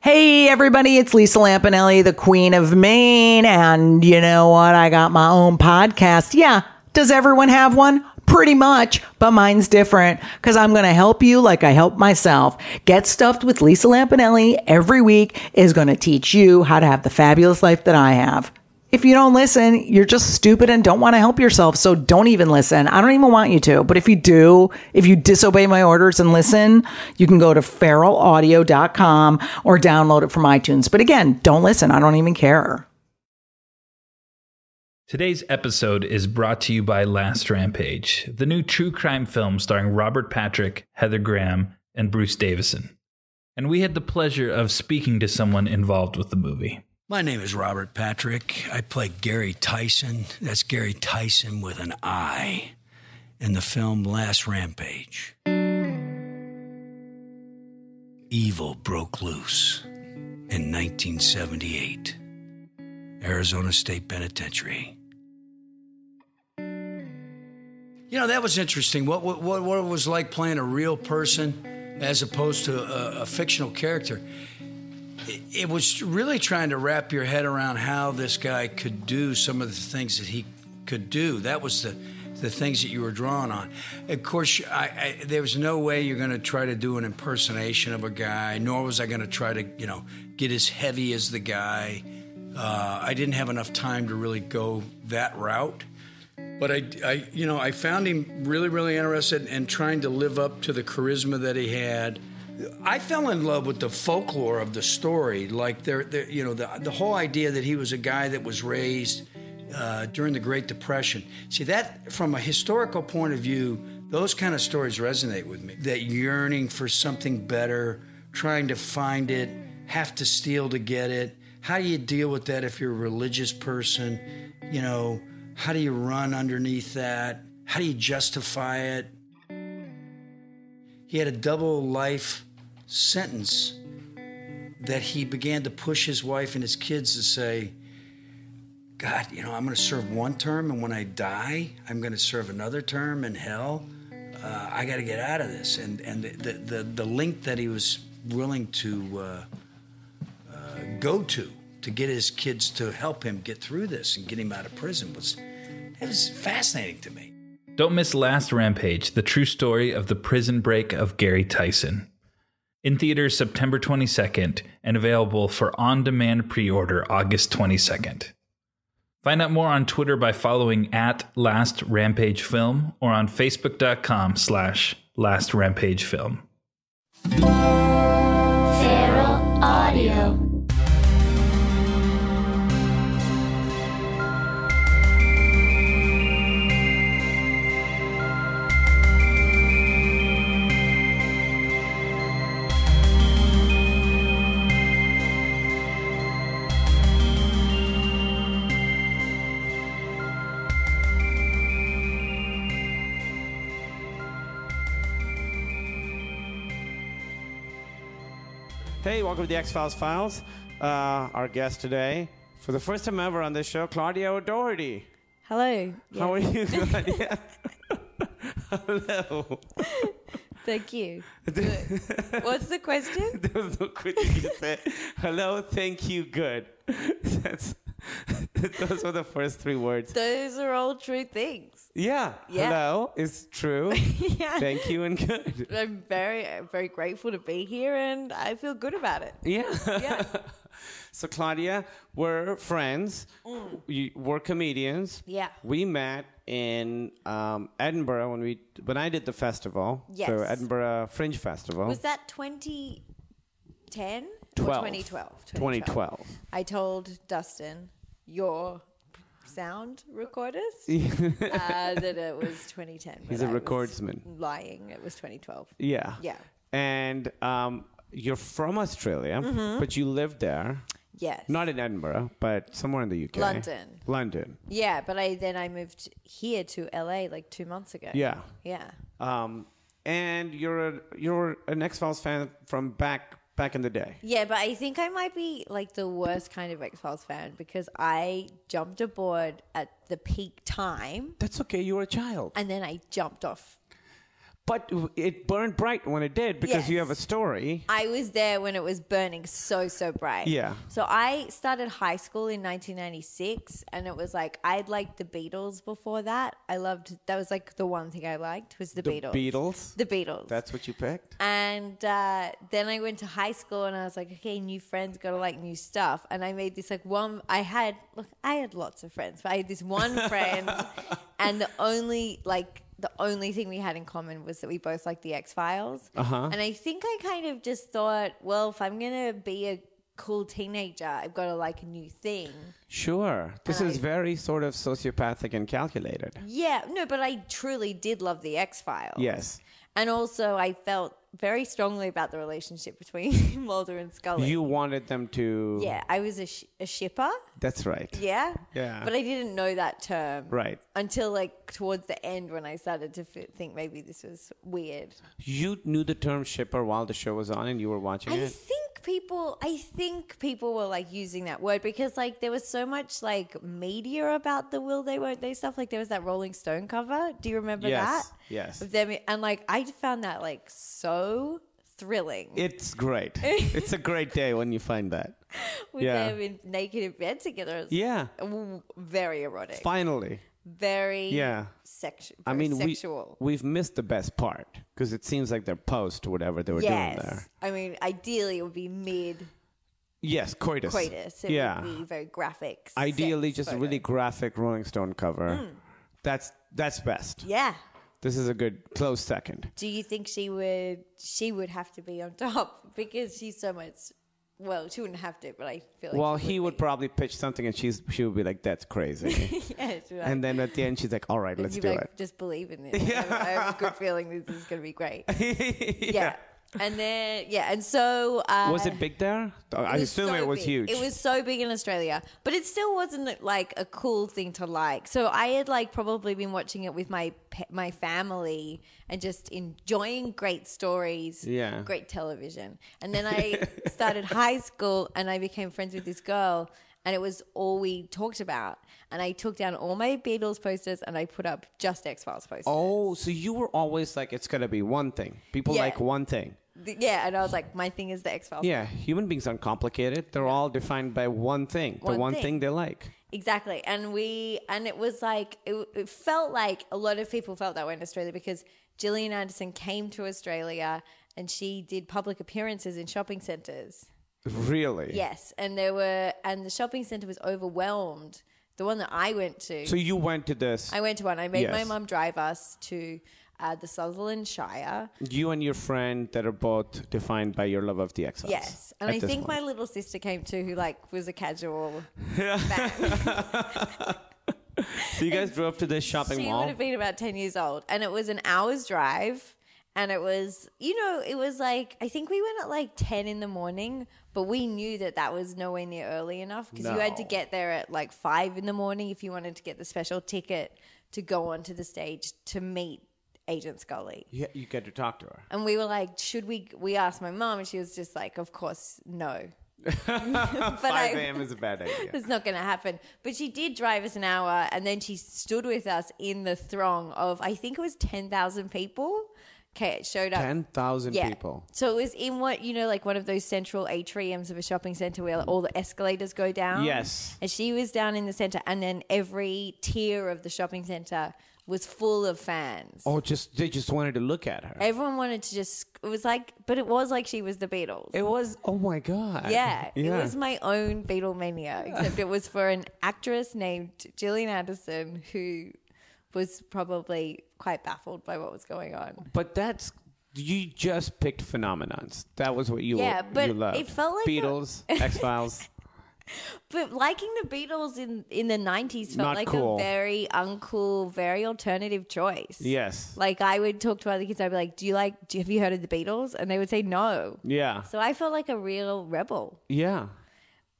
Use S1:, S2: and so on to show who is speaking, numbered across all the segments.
S1: Hey, everybody, it's Lisa Lampanelli, the Queen of Maine. And you know what? I got my own podcast. Yeah. Does everyone have one? Pretty much, but mine's different because I'm going to help you like I help myself. Get Stuffed with Lisa Lampanelli every week is going to teach you how to have the fabulous life that I have. If you don't listen, you're just stupid and don't want to help yourself. So don't even listen. I don't even want you to. But if you do, if you disobey my orders and listen, you can go to feralaudio.com or download it from iTunes. But again, don't listen. I don't even care.
S2: Today's episode is brought to you by Last Rampage, the new true crime film starring Robert Patrick, Heather Graham, and Bruce Davison. And we had the pleasure of speaking to someone involved with the movie.
S3: My name is Robert Patrick. I play Gary Tyson. That's Gary Tyson with an I in the film Last Rampage. Evil broke loose in 1978, Arizona State Penitentiary. You know, that was interesting. What, what, what what it was like playing a real person as opposed to a, a fictional character it was really trying to wrap your head around how this guy could do some of the things that he could do. That was the the things that you were drawn on. Of course, I, I, there was no way you're going to try to do an impersonation of a guy, nor was I going to try to you know get as heavy as the guy. Uh, I didn't have enough time to really go that route. But I, I, you know, I found him really, really interested in trying to live up to the charisma that he had. I fell in love with the folklore of the story, like there, there- you know, the the whole idea that he was a guy that was raised uh, during the Great Depression. See that from a historical point of view, those kind of stories resonate with me. That yearning for something better, trying to find it, have to steal to get it. How do you deal with that if you're a religious person? You know, how do you run underneath that? How do you justify it? he had a double life sentence that he began to push his wife and his kids to say, God, you know, I'm going to serve one term, and when I die, I'm going to serve another term in hell. Uh, I got to get out of this. And and the the, the, the link that he was willing to uh, uh, go to to get his kids to help him get through this and get him out of prison was it was fascinating to me.
S2: Don't miss Last Rampage, the true story of the prison break of Gary Tyson. In theaters September 22nd and available for on demand pre order August 22nd. Find out more on Twitter by following at Last Rampage Film or on Facebook.com slash Last Rampage Film.
S4: Feral Audio.
S5: Hey, welcome to the X Files Files. Uh, our guest today, for the first time ever on this show, Claudia O'Doherty.
S6: Hello.
S5: How are
S6: Yes.
S5: you, Claudia? Hello.
S6: Thank you. Good. What's the question?
S5: There was no question you said. Hello, thank you, good. That's, those were the first three words.
S6: Those are all true things.
S5: Yeah.
S6: Yeah.
S5: Hello is true.
S6: Yeah.
S5: Thank you and good.
S6: I'm very, uh, very grateful to be here, and I feel good about it.
S5: Yeah.
S6: Yeah.
S5: So Claudia, we're friends. You, we're comedians.
S6: Mm. Yeah.
S5: We met in um, Edinburgh when we when I did the festival. So
S6: Yes.
S5: Edinburgh Fringe Festival.
S6: Was that 2010 or
S5: 12.
S6: 2012?
S5: 2012.
S6: I told Dustin, your sound recorders, uh, that it was 2010. but
S5: He's a
S6: I was
S5: recordsman.
S6: Lying. It was 2012.
S5: yeah.
S6: Yeah.
S5: And um, you're from Australia,
S6: Mm-hmm.
S5: but you lived there.
S6: Yes.
S5: Not in Edinburgh, but somewhere in the UK.
S6: London.
S5: London.
S6: yeah, but I then I moved here to LA like two months ago.
S5: Yeah.
S6: Yeah.
S5: Um, and you're a, you're an X Files fan from back back in the day.
S6: Yeah, but I think I might be like the worst kind of X Files fan because I jumped aboard at the peak time
S5: That's okay. You were a child.
S6: and then I jumped off
S5: But it burned bright when it did because you have a
S6: Yes.
S5: story.
S6: I was there when it was burning so so bright.
S5: Yeah.
S6: So I started high school in 1996, and it was like I'd liked the Beatles before that. I loved that was like the one thing I liked was the,
S5: The
S6: Beatles.
S5: Beatles?
S6: The Beatles.
S5: That's what you picked.
S6: And uh, then I went to high school and I was like, okay, new friends, gotta like new stuff. And I made this like one, I had, look, I had lots of friends, but I had this one friend. and the only, like, the only thing we had in common was that we both liked the X Files. Uh-huh. And I think I kind of just thought, well, if I'm gonna be a cool teenager, I've gotta like a new thing.
S5: Sure. This is very sort of sociopathic and calculated.
S6: Yeah, no, but I truly did love the X Files.
S5: Yes.
S6: And also, I felt very strongly about the relationship between Mulder and Scully.
S5: You wanted them to.
S6: Yeah, I was a, sh- a shipper.
S5: That's right.
S6: Yeah.
S5: Yeah.
S6: But I didn't know that term.
S5: Right.
S6: Until like towards the end when I started to f- think maybe this was weird.
S5: You knew the term shipper while the show was on and you were watching
S6: I
S5: it.
S6: think people, I think people were like using that word because like there was so much like media about the will they won't they stuff. Like there was that Rolling Stone cover. Do you remember
S5: Yes,
S6: that?
S5: yes.
S6: Of them, and like I found that like so thrilling.
S5: It's great. it's a great day when you find that.
S6: With
S5: yeah.
S6: them in naked in bed together. It's
S5: Yeah.
S6: Very erotic.
S5: Finally.
S6: very
S5: Yeah.
S6: sexual.
S5: I mean, we,
S6: sexual.
S5: we've missed the best part because it seems like they're post whatever they were doing
S6: yes.
S5: there.
S6: I mean, ideally, it would be mid
S5: Yes, coitus.
S6: coitus. It
S5: yeah.
S6: would be very graphic. sex
S5: Ideally, just a
S6: photo.
S5: really graphic Rolling Stone cover.
S6: Mm.
S5: That's that's best.
S6: Yeah.
S5: This is a good close second.
S6: Do you think she would? She would have to be on top because she's so much. Well, she wouldn't have to, but I feel like.
S5: well,
S6: she
S5: he would
S6: be.
S5: probably pitch something, and she's she would be like, "That's crazy,"
S6: Yeah, she'd be like,
S5: and then at the end, she's like, "All right, let's
S6: you'd
S5: do
S6: be like, Just believe in this. I, have, I have a good feeling this is going to be great. yeah.
S5: it."
S6: And then yeah, and so uh,
S5: Was it big there? I
S6: It was
S5: assume
S6: so
S5: it was
S6: big.
S5: huge.
S6: It was so big in Australia, but it still wasn't like a cool thing to like. So I had like probably been watching it with my pe- my family and just enjoying great stories,
S5: Yeah.
S6: great television. And then I started high school and I became friends with this girl and it was all we talked about. And I took down all my Beatles posters and I put up just X-Files posters.
S5: Oh, so you were always like, "It's gonna be one thing." People
S6: Yeah.
S5: like one thing.
S6: Th- Yeah, and I was like my thing is the X-Files.
S5: Yeah, human beings aren't complicated. They're all defined by one thing, the
S6: One
S5: one
S6: thing.
S5: thing they like.
S6: Exactly. And we, and it was like, it, it felt like a lot of people felt that way in Australia because Gillian Anderson came to Australia and she did public appearances in shopping centers.
S5: Really?
S6: Yes. And there were, and the shopping center was overwhelmed. The one that I went to,
S5: So you went to this,
S6: I went to one, I made my
S5: Yes.
S6: mum drive us to uh, the Sutherland Shire.
S5: you and your friend that are both defined by your love of the X-Files.
S6: Yes, and
S5: at
S6: I
S5: this
S6: think
S5: point.
S6: my little sister came too, who like was a casual.
S5: So you guys drove to this shopping
S6: she would
S5: mall.
S6: have been about 10 years old and it was an hour's drive and it was you know it was like i think we went at like 10 in the morning but we knew that that was nowhere near early enough because you had to
S5: No.
S6: get there at like 5 in the morning if you wanted to get the special ticket to go onto the stage to meet agent scully
S5: Yeah, you get to talk to her.
S6: and we were like should we we asked my mom and she was just like of course no but
S5: 5
S6: I-
S5: a.m. is a bad idea.
S6: it's not going to happen. But she did drive us an hour, and then she stood with us in the throng of I think it was ten thousand people. Okay, it showed up.
S5: Ten thousand
S6: Yeah.
S5: people.
S6: So it was in what you know, like one of those central atriums of a shopping center where all the escalators go down.
S5: Yes.
S6: And she was down in the center, and then every tier of the shopping center was full of fans.
S5: Oh, just they just wanted to look at her.
S6: Everyone wanted to just. It was like, but it was like she was the Beatles.
S5: It was. Oh my god.
S6: Yeah,
S5: Yeah.
S6: it was my own Beatlemania, except it was for an actress named Gillian Anderson who was probably quite baffled by what was going on.
S5: but that's you just picked phenomenons. That was what you
S6: Yeah, but
S5: you loved.
S6: it felt like a-
S5: Beatles, X Files.
S6: But liking the Beatles in in the nineties felt
S5: Not
S6: like
S5: cool.
S6: a very uncool, very alternative choice.
S5: yes.
S6: Like I would talk to other kids, I'd be like, "Do you like? Do, have you heard of the Beatles?" And they would say no.
S5: yeah.
S6: So I felt like a real rebel.
S5: yeah.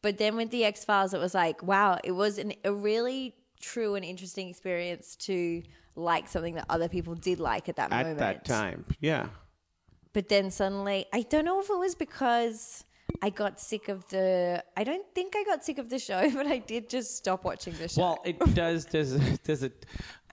S6: But then with the X Files, it was like, wow, it was an, a really true and interesting experience to like something that other people did like at that
S5: At
S6: moment.
S5: that time. Yeah.
S6: But then suddenly, I don't know if it was because I got sick of the. I don't think I got sick of the show, but I did just stop watching the show.
S5: Well, it does. There's a- there's a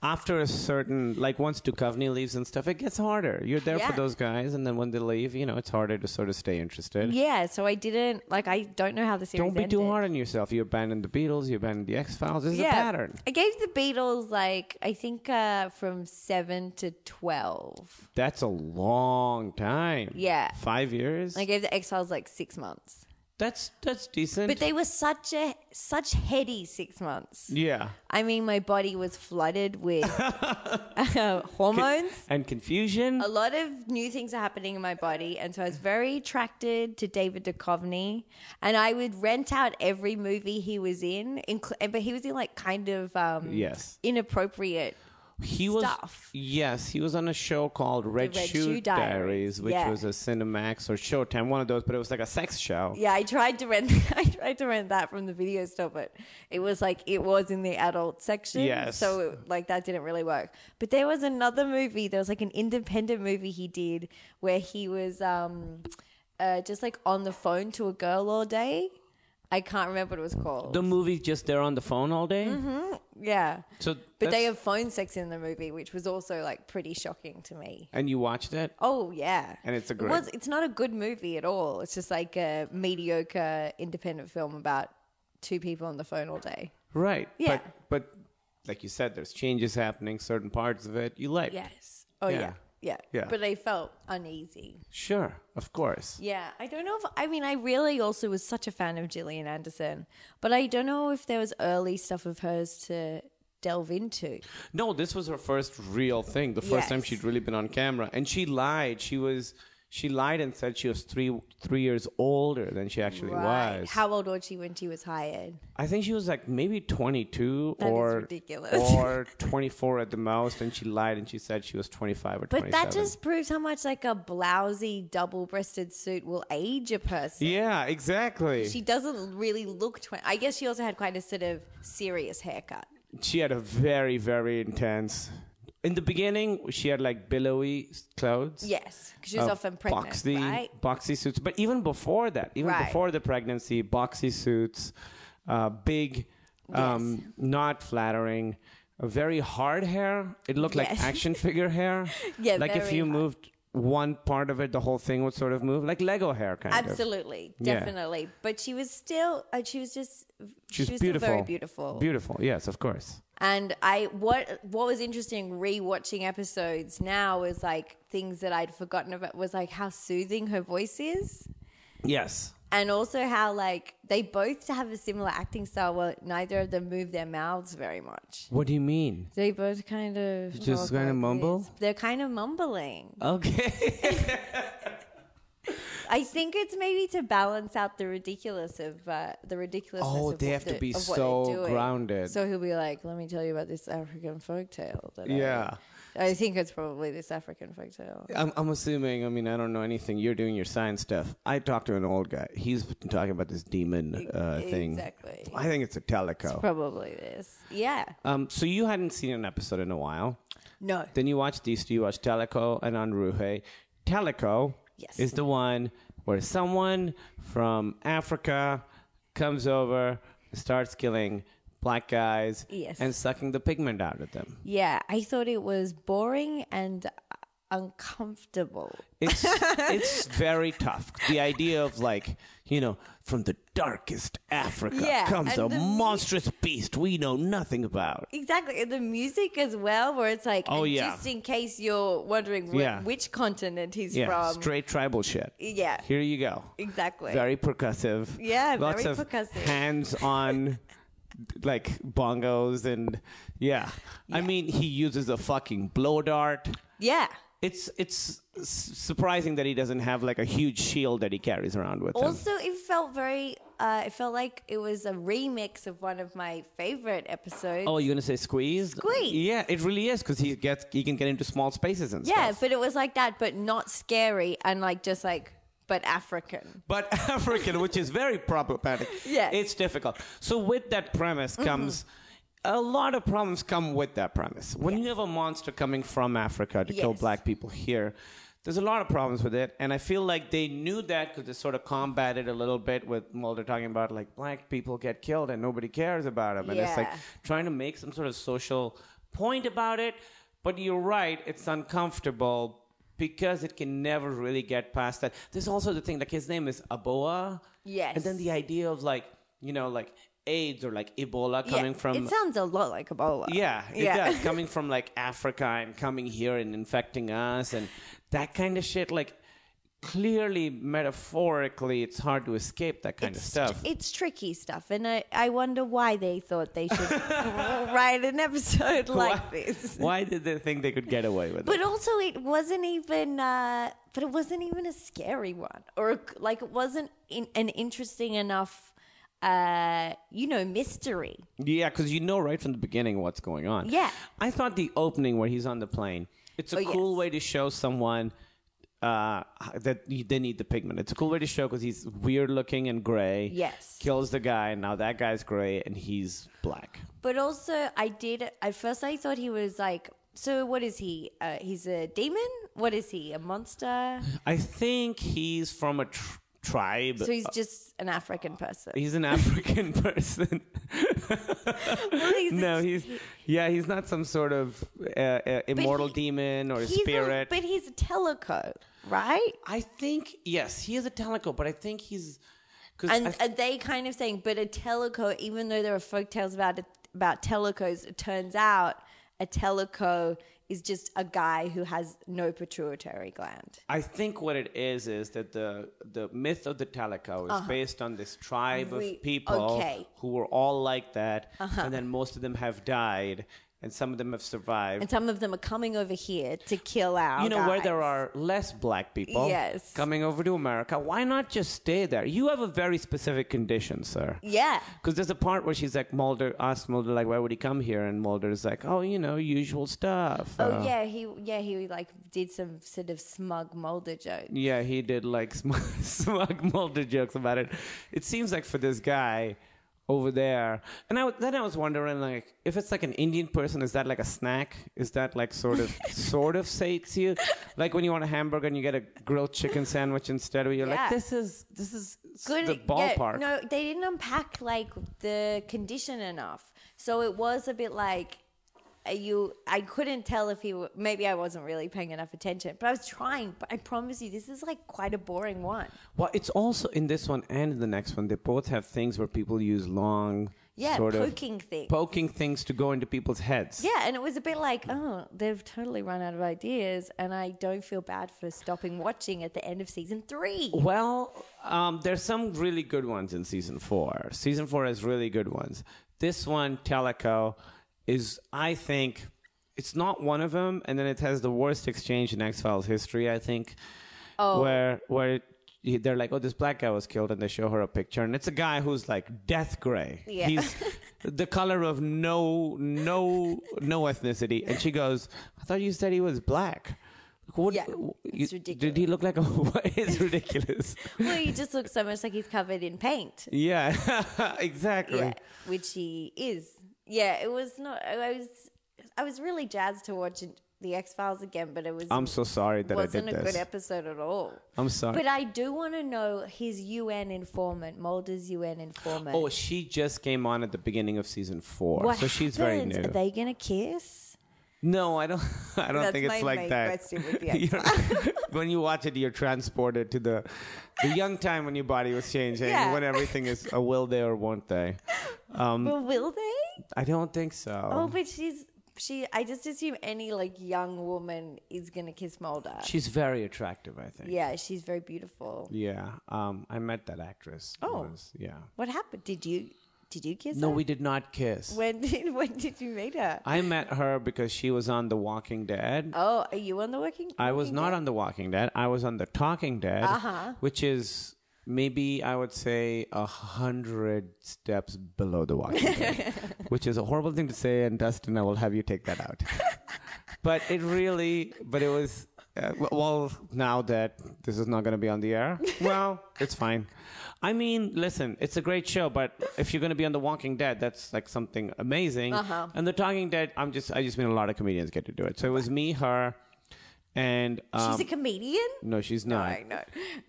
S5: after a certain, like once Duchovny leaves and stuff, it gets harder. You're there for
S6: Yeah.
S5: those guys, and then when they leave, you know, it's harder to sort of stay interested.
S6: Yeah, so I didn't like. I don't know how the series.
S5: Don't be too
S6: ended.
S5: hard on yourself. You abandoned the Beatles. You abandoned the X Files. This is a pattern.
S6: I gave the Beatles like I think uh from seven to twelve.
S5: That's a long time.
S6: Yeah.
S5: Five years.
S6: I gave the X Files like six months,
S5: that's that's decent.
S6: but they were such a such heady six months.
S5: yeah.
S6: I mean, my body was flooded with uh, hormones.
S5: And confusion.
S6: A lot of new things are happening in my body, and so I was very attracted to David Duchovny, and I would rent out every movie he was in, incl- but he was in like kind of um,
S5: Yes.
S6: inappropriate
S5: he was
S6: stuff.
S5: yes he was on a show called red,
S6: Red
S5: shoe,
S6: Shoe
S5: diaries,
S6: Diaries,
S5: which
S6: yeah.
S5: was a cinemax or showtime one of those but it was like a sex show
S6: Yeah, I tried to rent. I tried to rent that from the video store, but it was like it was in the adult section.
S5: Yes.
S6: So it, like that didn't really work. But there was another movie. There was like an independent movie he did where he was um, uh, just like on the phone to a girl all day. I can't remember what it was called.
S5: the movie's just there on the phone all day
S6: yeah.
S5: so
S6: Mm-hmm. But they
S5: that's-
S6: have phone sex in the movie, which was also like pretty shocking to me.
S5: and you watched it
S6: Oh yeah,
S5: And it's a great-
S6: It was, it's not a good movie at all. It's just like a mediocre independent film about two people on the phone all day.
S5: right
S6: Yeah.
S5: but but like you said there's changes happening certain parts of it you like
S6: Yes. Oh yeah.
S5: Yeah.
S6: yeah.
S5: Yeah.
S6: But I felt uneasy.
S5: sure of course
S6: Yeah. I don't know if, I mean, I really also was such a fan of Gillian Anderson, but I don't know if there was early stuff of hers to delve into.
S5: No, this was her first real thing. The first
S6: Yes.
S5: time she'd really been on camera, and she lied. She was she lied and said she was three three years older than she actually was.
S6: How old was she when she was hired?
S5: I think she was like maybe twenty two
S6: is
S5: or
S6: ridiculous.
S5: or twenty four at the most, and she lied and she said she was twenty five or twenty
S6: But
S5: seven.
S6: that just proves how much like a blousy double breasted suit will age a person.
S5: yeah, exactly.
S6: She
S5: She,
S6: doesn't really look 20. I guess she also had quite a sort of serious haircut.
S5: had a very very intense. In the beginning, she had like billowy clothes.
S6: Yes, 'cause she was
S5: of
S6: often pregnant,
S5: boxy,
S6: right?
S5: boxy suits. But even before that, even
S6: Right.
S5: before the pregnancy, boxy suits, uh, big, um, not flattering, uh, very hard hair. It looked like
S6: Yes.
S5: action figure hair.
S6: Yeah,
S5: like if
S6: very
S5: you
S6: hard.
S5: moved one part of it, the whole thing would sort of move, like Lego hair kind of.
S6: Absolutely,
S5: Yeah.
S6: definitely. But she was still, uh, she was just,
S5: She's
S6: she was
S5: beautiful.
S6: still very beautiful.
S5: Beautiful, yes, of course.
S6: And I, what, what was interesting rewatching episodes now was like things that I'd forgotten about was like how soothing her voice is.
S5: Yes.
S6: And also how like they both have a similar acting style. Well, neither of them move their mouths very much.
S5: What do you mean?
S6: They both kind of
S5: Just
S6: talk
S5: kinda
S6: like
S5: mumble?
S6: this. They're kind of mumbling.
S5: Okay.
S6: I think it's maybe to balance out the ridiculous of uh, the ridiculousness.
S5: Oh,
S6: of
S5: they
S6: what
S5: have to
S6: the-
S5: be
S6: of what
S5: so
S6: they're doing.
S5: grounded.
S6: So he'll be like, "Let me tell you about this African folktale." That I-
S5: Yeah.
S6: I, think it's probably this African folktale.
S5: I'm, I'm assuming. I mean, I don't know anything. You're doing your science stuff. I talked to an old guy. He's been talking about this demon uh, thing.
S6: E-, exactly.
S5: I think it's a teleco.
S6: Probably this. Yeah.
S5: um, so you hadn't seen an episode in a while.
S6: No.
S5: Then you watched these two. You watched Teleco and Anruhe. Teleco
S6: Yes.
S5: is the one where someone from Africa comes over, and starts killing black guys,
S6: Yes.
S5: and sucking the pigment out of them.
S6: Yeah, I thought it was boring and uncomfortable.
S5: It's it's very tough. The idea of like you know from the darkest Africa
S6: Yeah,
S5: comes a
S6: and the-
S5: monstrous beast we know nothing about.
S6: Exactly. And the music as well, where it's like,
S5: Oh,
S6: and
S5: yeah.
S6: just in case you're wondering wh-
S5: Yeah.
S6: which continent he's
S5: Yeah,
S6: from.
S5: straight tribal shit.
S6: Yeah.
S5: Here you go.
S6: Exactly.
S5: Very percussive.
S6: Yeah,
S5: lots
S6: very
S5: of
S6: percussive.
S5: hands on. Like bongos and yeah. I mean he uses a fucking blow dart.
S6: yeah.
S5: It's it's s- surprising that he doesn't have like a huge shield that he carries around with him.
S6: Also, it felt very. Uh, it felt like it was a remix of one of my favorite episodes.
S5: Oh, you're gonna say squeeze?
S6: Squeeze.
S5: Yeah, it really is because he gets he can get into small spaces and
S6: yeah,
S5: stuff.
S6: but it was like that, but not scary and like just like, but African.
S5: But African, which is very problematic.
S6: Yes. Mm-hmm.
S5: It's difficult. So with that premise comes a lot of problems come with that premise. When you have a monster coming from Africa to kill
S6: Yes.
S5: black people here, there's a lot of problems with it. And I feel like they knew that because they sort of combated a little bit with Mulder talking about like black people get killed and nobody cares about them. And it's like
S6: Yeah.
S5: trying to make some sort of social point about it, but you're right, it's uncomfortable because it can never really get past that. There's also the thing, like his name is Aboa.
S6: Yes.
S5: And then the idea of like, you know, like AIDS or like Ebola coming from
S6: It sounds a lot like Ebola.
S5: yeah, it does. Coming from like Africa and coming here and infecting us and that kind of shit. Like, clearly, metaphorically, it's hard to escape that kind of stuff.
S6: It's tricky stuff, and I, I wonder why they thought they should write an episode like this.
S5: Why did they think they could get away with
S6: But
S5: it?
S6: also, it wasn't even. Uh, but it wasn't even a scary one, or like it wasn't in, an interesting enough, uh, you know, mystery.
S5: Yeah, because you know right from the beginning what's going on.
S6: Yeah.
S5: I thought the opening where he's on the plane, it's a
S6: Oh,
S5: cool
S6: yes.
S5: way to show someone uh, that you- they need the pigment. It's a cool way to show because he's weird looking and gray.
S6: Yes.
S5: Kills the guy, and now that guy's gray and he's black.
S6: But also, I did at first. I thought he was like. So what is he? Uh, he's a demon. What is he? A monster?
S5: I think he's from a tr- tribe.
S6: So he's just an African person.
S5: uh, He's an African person.
S6: he's a-
S5: no, he's yeah, he's not some sort of uh, uh, immortal
S6: he-
S5: demon or
S6: He's a-
S5: spirit.
S6: but he's a teleco, right?
S5: I think yes, he is a teleco, but I think he's because
S6: And are they kind of saying, but a teleco, even though there are folktales about it, about telecos, it turns out a teleco is just a guy who has no pituitary gland.
S5: I think what it is is that the the myth of the Teleco is based on this tribe
S6: We-
S5: of people
S6: Uh-huh. okay. Uh-huh.
S5: who were all like that, and then most of them have died, and some of them have survived.
S6: And some of them are coming over here to kill our
S5: you know where there
S6: guys.
S5: are less black people
S6: Yes.
S5: coming over to America. Why not just stay there? You have a very specific condition, sir.
S6: Yeah.
S5: Because there's a part where she's like Mulder, asks Mulder, like, why would he come here? And Mulder's like, oh, you know, usual stuff.
S6: Oh
S5: Uh,
S6: yeah, he yeah he like did some sort of smug Mulder joke.
S5: Yeah, he did like sm- smug Mulder jokes about it. It seems like for this guy over there, and I, w- then I was wondering like if it's like an Indian person, is that like a snack? Is that like sort of sort of sates you? Like when you want a hamburger and you get a grilled chicken sandwich instead, where you're
S6: Yeah.
S5: like, this is this is s-
S6: Good-
S5: the
S6: yeah,
S5: ballpark.
S6: no, they didn't unpack like the condition enough, so it was a bit like uh, you. I couldn't tell if he. w- Maybe I wasn't really paying enough attention, but I was trying. But I promise you, this is like quite a boring one.
S5: Well, it's also in this one and in the next one. They both have things where people use long,
S6: Yeah,
S5: sort
S6: poking
S5: of
S6: things.
S5: poking things to go into people's heads.
S6: yeah, and it was a bit like, oh, they've totally run out of ideas, and I don't feel bad for stopping watching at the end of season three.
S5: Oh. Well, um, there's some really good ones in season four. Season four has really good ones. This one, Teleco, is I think it's not one of them, and then it has the worst exchange in X Files history. I think,
S6: Oh.
S5: where where it, they're like, "Oh, this black guy was killed," and they show her a picture, and it's a guy who's like death gray.
S6: Yeah.
S5: He's the color of no no no ethnicity, and she goes, "I thought you said he was black." What,
S6: Yeah,
S5: w-
S6: it's
S5: Did he look like a? it's ridiculous.
S6: Well, he just looks so much like he's covered in paint.
S5: Yeah, exactly.
S6: Yeah, which he is. Yeah, it was not. I was, I was really jazzed to watch it- the X Files again, but it was.
S5: I'm so sorry that I
S6: wasn't
S5: did
S6: a
S5: this.
S6: good episode at all.
S5: I'm sorry.
S6: But I do want to know his UN informant, Mulder's UN informant.
S5: oh, she just came on at the beginning of season four,
S6: what
S5: so she's very
S6: happens?
S5: new.
S6: Are they gonna kiss?
S5: no, I don't. I don't
S6: That's
S5: think it's
S6: my
S5: like
S6: main
S5: that.
S6: question with the
S5: You're- when you watch it, you're transported to the the young time when your body was changing,
S6: Yeah.
S5: when everything is a will they or won't they. Um,
S6: well, will they?
S5: I don't think so.
S6: Oh, but she's she. I just assume any like young woman is gonna kiss Mulder.
S5: she's very attractive, I think.
S6: yeah, she's very beautiful.
S5: Yeah. Um, I met that actress.
S6: Oh.
S5: once, yeah.
S6: What happened? Did you did you kiss
S5: No,
S6: her?
S5: we did not kiss.
S6: When did when did you meet her?
S5: I met her because she was on The Walking Dead.
S6: Oh, are you on the working?
S5: I was not on The Walking Dead. Uh-huh. I was on The Talking Dead, which is maybe I would say a hundred steps below The Walking Dead, which is a horrible thing to say. And Dustin, I will have you take that out. but it really, but it was. Uh, w- well, now that this is not going to be on the air, well, it's fine. I mean, listen, it's a great show, but if you're going to be on The Walking Dead, that's like something Uh-huh. amazing. And The Talking Dead, I'm just, I just mean a lot of comedians get to do it. So it was me, her, and um,
S6: She's a comedian?
S5: no, she's not.
S6: I know.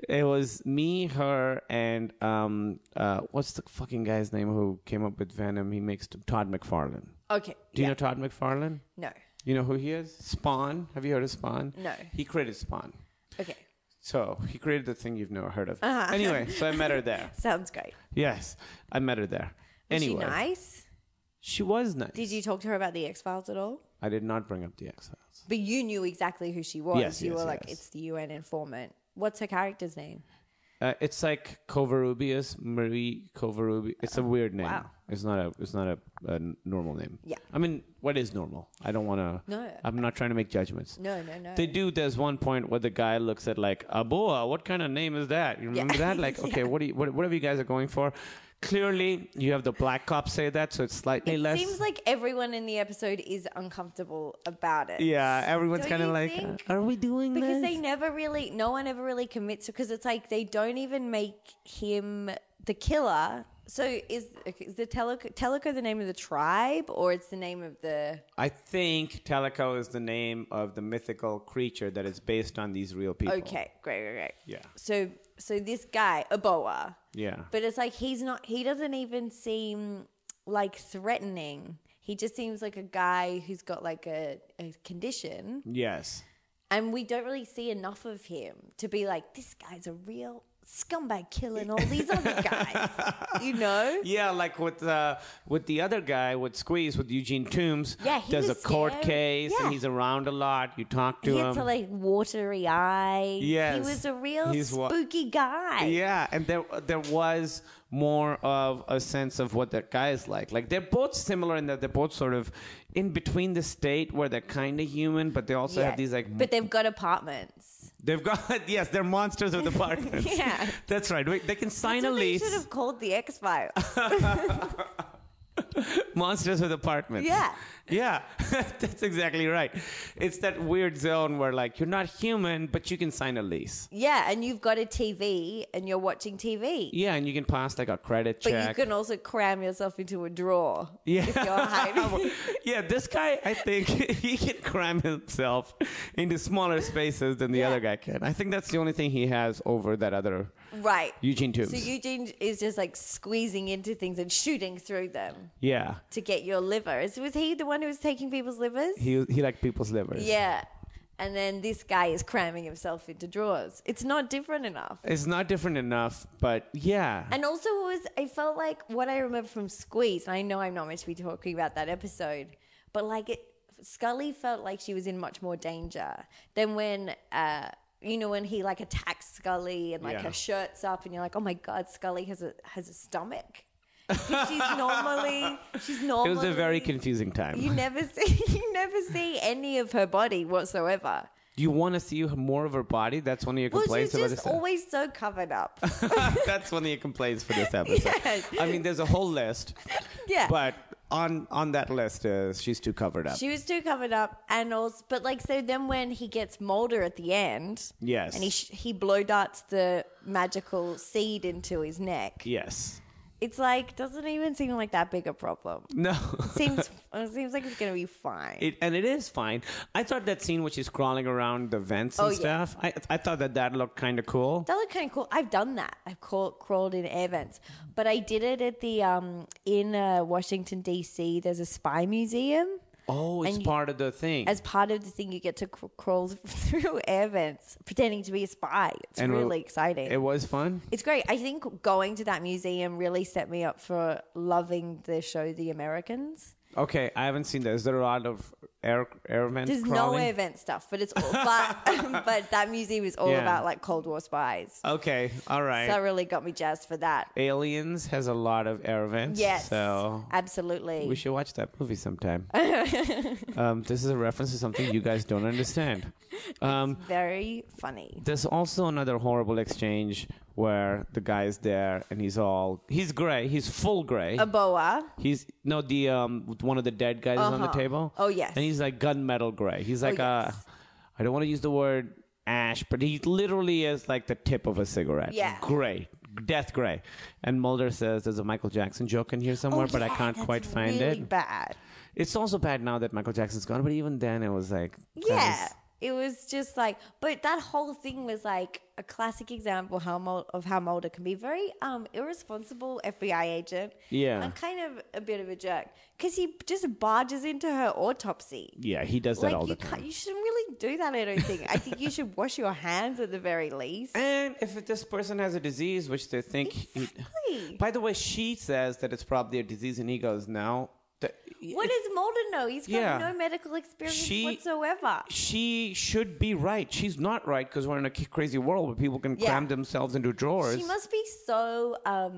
S5: It was me, her, and um, uh, what's the fucking guy's name who came up with Venom? He makes Todd McFarlane.
S6: Okay.
S5: Do you know Todd McFarlane?
S6: No.
S5: You know who he is? Spawn. Have you heard of Spawn?
S6: No.
S5: He created Spawn.
S6: Okay.
S5: So he created the thing you've never heard of.
S6: Uh-huh.
S5: Anyway, so I met her there.
S6: Sounds great.
S5: Yes, I met her there.
S6: Was
S5: anyway,
S6: she nice?
S5: she was nice.
S6: Did you talk to her about the X Files at all?
S5: I did not bring up the X Files.
S6: But you knew exactly who she was.
S5: Yes,
S6: you
S5: yes,
S6: were like,
S5: yes.
S6: it's the UN informant. What's her character's name?
S5: Uh, it's like Covarrubias, Marie Covarrubias. It's a weird name.
S6: wow.
S5: It's not a. It's not a, a n- normal name.
S6: Yeah.
S5: I mean, what is normal? I don't want to.
S6: No.
S5: I'm not trying to make judgments.
S6: No, no, no.
S5: They do. There's one point where the guy looks at like Aboa. What kind of name is that? You remember that? Like, okay, what do you? What, whatever you guys are going for. Clearly, you have the black cop say that, so it's slightly
S6: it
S5: less.
S6: seems like everyone in the episode is uncomfortable about it.
S5: yeah, everyone's
S6: Don't
S5: kind of
S6: you
S5: like, uh,
S6: think?
S5: are we doing
S6: Because
S5: this?
S6: they never really, no one ever really commits because it's like they don't even make him the killer. So is, is the Teleco, Teleco the name of the tribe or it's the name of the.
S5: I think Teleco is the name of the mythical creature that is based on these real people.
S6: Okay, great, great, great.
S5: Yeah.
S6: So, so this guy, Aboa,
S5: Yeah.
S6: But it's like he's not. He doesn't even seem like threatening. He just seems like a guy who's got like a, a condition,
S5: yes.
S6: and we don't really see enough of him to be like this guy's a real scumbag killing all these other guys. You know?
S5: Yeah, like with uh, with the other guy with Squeeze with Eugene Toombs.
S6: Yeah, he
S5: there's
S6: was
S5: a court
S6: scary.
S5: case
S6: Yeah.
S5: and he's around a lot. You talk to
S6: He
S5: him.
S6: had to like watery eye. he
S5: Yes.
S6: was a real
S5: He's wa-
S6: spooky guy.
S5: yeah, and there there was more of a sense of what that guy is like. Like they're both similar in that they're both sort of in between the state where they're kind of human, but they also
S6: Yeah.
S5: have these like
S6: but they've got apartments.
S5: They've got yes, they're monsters of the apartments.
S6: Yeah.
S5: that's right. Wait, they can sign
S6: That's
S5: a
S6: what they should
S5: lease.
S6: have called the X Files.
S5: Monsters with apartments.
S6: Yeah.
S5: yeah, that's exactly right. It's that weird zone where like you're not human, but you can sign a lease.
S6: yeah, and you've got a TV and you're watching TV.
S5: Yeah, and you can pass like a credit
S6: But
S5: check.
S6: you can also cram yourself into a drawer
S5: yeah.
S6: if you're hiding.
S5: yeah, this guy, I think he can cram himself into smaller spaces than the other guy can. I think that's the only thing he has over that other
S6: right.
S5: Eugene Toombs.
S6: So Eugene is just like squeezing into things and shooting through them
S5: yeah,
S6: to get your liver. Is, was he the one who was taking people's livers?
S5: he he liked people's livers.
S6: yeah. And then this guy is cramming himself into drawers. It's not different enough.
S5: It's not different enough, but yeah.
S6: And also, it was I felt like what I remember from Squeeze, and I know I'm not meant to be talking about that episode, but like it, Scully felt like she was in much more danger than when, uh, you know, when he like attacks Scully and like
S5: Yeah.
S6: her shirt's up, and you're like, oh my god, Scully has a has a stomach. 'Cause she's normally she's
S5: It
S6: normally
S5: was a very confusing time.
S6: You never see you never see any of her body whatsoever.
S5: Do you want to see more of her body? That's one of your
S6: Well,
S5: complaints
S6: she's
S5: about
S6: just
S5: this.
S6: always so covered up.
S5: That's one of your complaints for this episode.
S6: Yes.
S5: I mean, there's a whole list,
S6: yeah.
S5: but on on that list is she's too covered up.
S6: She was too covered up, and also, but like, so then when he gets Mulder at the end,
S5: Yes.
S6: and he sh- he blow darts the magical seed into his neck.
S5: yes.
S6: It's like doesn't even seem like that big a problem.
S5: No.
S6: Seems it seems like it's gonna be fine.
S5: It, and it is fine. I thought that scene where she's crawling around the vents and
S6: Oh, yeah.
S5: stuff. I I thought that that looked kind of cool.
S6: that looked kind of cool. I've done that. I've crawled, crawled in air vents, but I did it at the um in uh, Washington D.C. There's a spy museum.
S5: Oh, it's
S6: And you-
S5: part of the thing.
S6: As part of the thing, you get to cr- crawl through air vents, pretending to be a spy. It's
S5: And
S6: really
S5: we'll-
S6: exciting.
S5: it was fun.
S6: It's great. I think going to that museum really set me up for loving the show The Americans.
S5: Okay, I haven't seen that. Is there a lot of air air vents?
S6: There's
S5: crawling?
S6: no event stuff, but it's all but, but that museum is all
S5: Yeah.
S6: about like Cold War spies.
S5: Okay, all right.
S6: So that really got me jazzed for that.
S5: Aliens has a lot of air vents.
S6: Yes.
S5: So
S6: absolutely.
S5: we should watch that movie sometime. um, this is a reference to something you guys don't understand. Um,
S6: Very funny.
S5: there's also another horrible exchange where the guy's there and he's all he's gray, he's full gray.
S6: A boa.
S5: He's no the um one of the dead guys is on the table.
S6: Oh, yes. Oh,
S5: and he's like gunmetal gray. He's like uh
S6: yes.
S5: I don't want to use the word ash, but he literally is like the tip of a cigarette.
S6: Yeah.
S5: gray, death gray. And Mulder says there's a Michael Jackson joke in here somewhere, but I
S6: Oh, Yeah,
S5: can't
S6: that's
S5: quite find
S6: really
S5: it.
S6: Bad.
S5: It's also bad now that Michael Jackson's gone, but even then it was like that
S6: Yeah.
S5: was-
S6: It was just like, but that whole thing was like a classic example how Mul- of how Mulder can be very um, irresponsible FBI agent.
S5: Yeah.
S6: And kind of a bit of a jerk because he just barges into her autopsy.
S5: Yeah, he does that
S6: Like
S5: all
S6: you
S5: the time.
S6: can't, you shouldn't really do that. I don't think. I think you should wash your hands at the very least.
S5: And if this person has a disease, which they think. he-
S6: Exactly.
S5: by the way, she says that it's probably a disease, and he goes, no. Th-
S6: What does Mulder know? He's got
S5: Yeah.
S6: no medical experience
S5: She-
S6: whatsoever.
S5: She should be right. She's not right because we're in a c- crazy world where people can
S6: Yeah.
S5: cram themselves into drawers.
S6: She must be so um,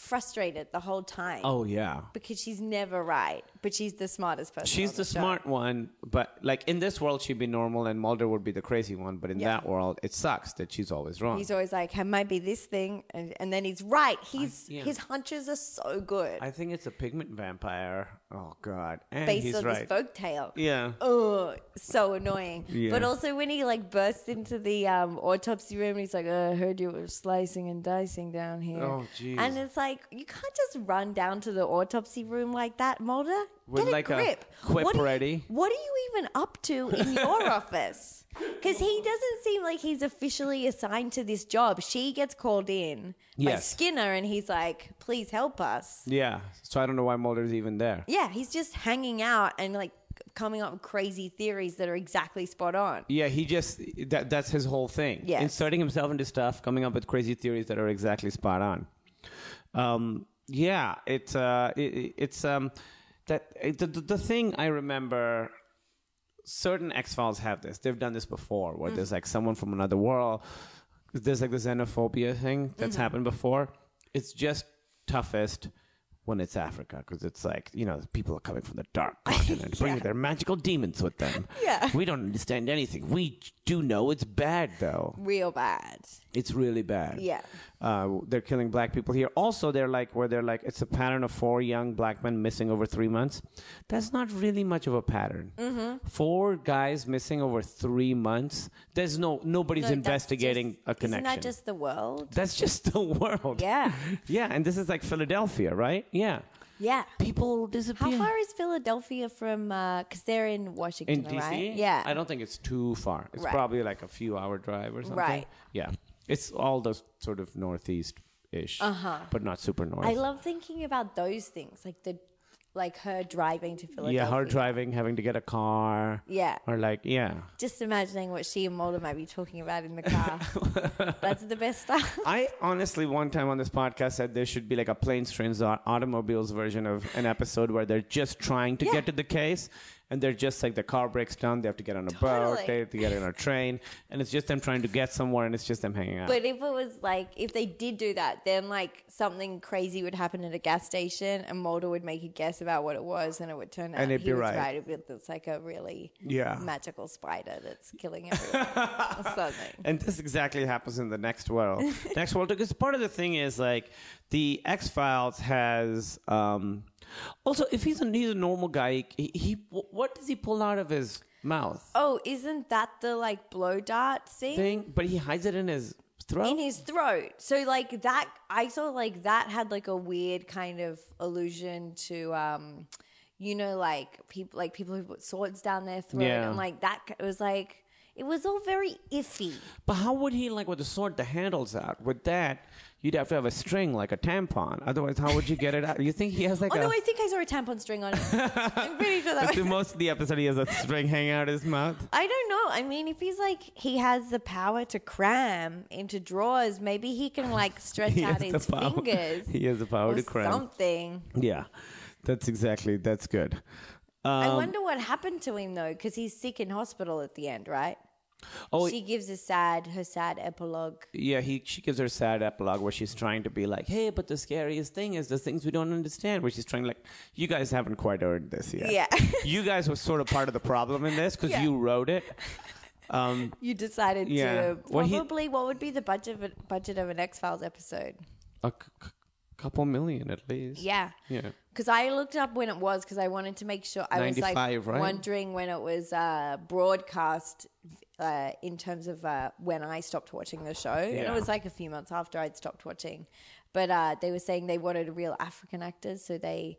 S6: frustrated the whole time.
S5: oh, yeah.
S6: Because she's never right, but she's the smartest person.
S5: She's
S6: on
S5: the
S6: show.
S5: smart one, but like in this world, she'd be normal and Mulder would be the crazy one. But in
S6: Yeah.
S5: that world, it sucks that she's always wrong.
S6: He's always like, "It might be this thing," and, and then he's right. He's
S5: yeah.
S6: his hunches are so good
S5: I think it's a pigment vampire. Oh, God. And
S6: based
S5: he's
S6: on
S5: right.
S6: this folk tale.
S5: yeah.
S6: Ugh, so annoying.
S5: Yeah.
S6: But also when he like bursts into the um, autopsy room, he's like, "Uh, "I heard you were slicing and dicing down here."
S5: Oh, jeez.
S6: And it's like you can't just run down to the autopsy room like that, Mulder.
S5: With,
S6: Get
S5: like,
S6: a
S5: a
S6: grip.
S5: quip
S6: what are you-
S5: ready.
S6: what are you even up to in your office? Because he doesn't seem like he's officially assigned to this job. She gets called in by
S5: Yes.
S6: Skinner, and he's like, "Please help us."
S5: Yeah. So I don't know why Mulder's even there.
S6: Yeah, he's just hanging out and like coming up with crazy theories that are exactly spot on.
S5: Yeah, he just that that's his whole thing.
S6: Yes.
S5: Inserting himself into stuff, coming up with crazy theories that are exactly spot on. Um yeah, it's uh it- it, it's um that it, the, the the thing I remember certain X-Files have this. They've done this before where
S6: Mm.
S5: there's like someone from another world. There's like the xenophobia thing that's
S6: Mm-hmm.
S5: happened before. It's just toughest when it's Africa because it's like, you know, people are coming from the dark continent, bringing their magical demons with them.
S6: Yeah.
S5: We don't understand anything. We do know it's bad, though.
S6: Real bad.
S5: It's really bad.
S6: Yeah.
S5: Uh, they're killing black people here. Also, they're like, where they're like, it's a pattern of four young black men missing over three months. That's not really much of a pattern.
S6: Mm-hmm.
S5: Four guys missing over three months. There's no, nobody's
S6: No, that's
S5: investigating
S6: just-
S5: a connection.
S6: Isn't that just the world?
S5: That's just the world.
S6: Yeah.
S5: Yeah. And this is like Philadelphia, right? Yeah.
S6: Yeah.
S5: People
S6: How
S5: disappear.
S6: far is Philadelphia from? Because they're in Washington,
S5: in DC?
S6: right? Yeah.
S5: I don't think it's too far. It's
S6: Right.
S5: probably like a few hour drive or something.
S6: Right.
S5: Yeah. It's all those sort of northeast ish. Uh-huh. But not super north.
S6: I love thinking about those things, like the, like her driving to Philadelphia.
S5: yeah, hard driving, having to get a car.
S6: Yeah.
S5: Or like, yeah.
S6: Just imagining what she and Mulder might be talking about in the car. That's the best stuff.
S5: I honestly, one time on this podcast, said there should be like a planes, trains, or automobiles version of an episode where they're just trying to
S6: Yeah.
S5: get to the case, and they're just like the car breaks down, they have to get on a boat,
S6: Totally.
S5: they have to get on a train, and it's just them trying to get somewhere, and it's just them hanging out.
S6: But if it was like, if they did do that, then like something crazy would happen at a gas station and Mulder would make a guess about what it was and it would turn out
S5: And it'd
S6: he
S5: be
S6: was
S5: right.
S6: It'd be- It's like a really
S5: Yeah.
S6: magical spider that's killing everyone or something.
S5: And this exactly happens in the next world. next world, because part of the thing is like the X Files has. Um, also, if he's a he's a normal guy, he, he what does he pull out of his mouth
S6: Oh, isn't that the like blow dart thing?
S5: thing? But he hides it in his throat.
S6: in his throat. So like that I saw like that had like a weird kind of allusion to um you know like people like people who put swords down their throat
S5: Yeah.
S6: and like that it was like it was all very iffy.
S5: but how would he like with the sword? The handles out. With that, you'd have to have a string like a tampon. Otherwise, how would you get it out? You think he has like
S6: Oh
S5: a?
S6: no, I think I saw a tampon string on it. I'm pretty sure that
S5: That's the
S6: was
S5: most of the episode, he has a string hanging out his mouth.
S6: I don't know. I mean, if he's like he has the power to cram into drawers, maybe he can like stretch
S5: He has
S6: out
S5: the
S6: his
S5: power-
S6: fingers.
S5: he has the power
S6: or
S5: to cram.
S6: something.
S5: Yeah, that's exactly. That's good.
S6: I
S5: Um,
S6: wonder what happened to him though, because he's sick in hospital at the end, right?
S5: Oh,
S6: she gives a sad, her sad epilogue.
S5: Yeah, he she gives her sad epilogue where she's trying to be like, "Hey, but the scariest thing is the things we don't understand." Where she's trying to like, "You guys haven't quite earned this yet.
S6: Yeah.
S5: you guys were sort of part of the problem in this because
S6: Yeah.
S5: you wrote it." Um,
S6: You decided
S5: Yeah.
S6: to
S5: Well, he-
S6: probably what would be the budget of, a- budget of an X Files episode?
S5: a c- c- couple million at least.
S6: Yeah,
S5: Yeah.
S6: Because I looked up when it was because I wanted to make sure I was like
S5: 95, right?
S6: wondering when it was uh, broadcast uh, in terms of uh, when I stopped watching the show, and
S5: Yeah.
S6: it was like a few months after I'd stopped watching. But uh, they were saying they wanted real African actors, so they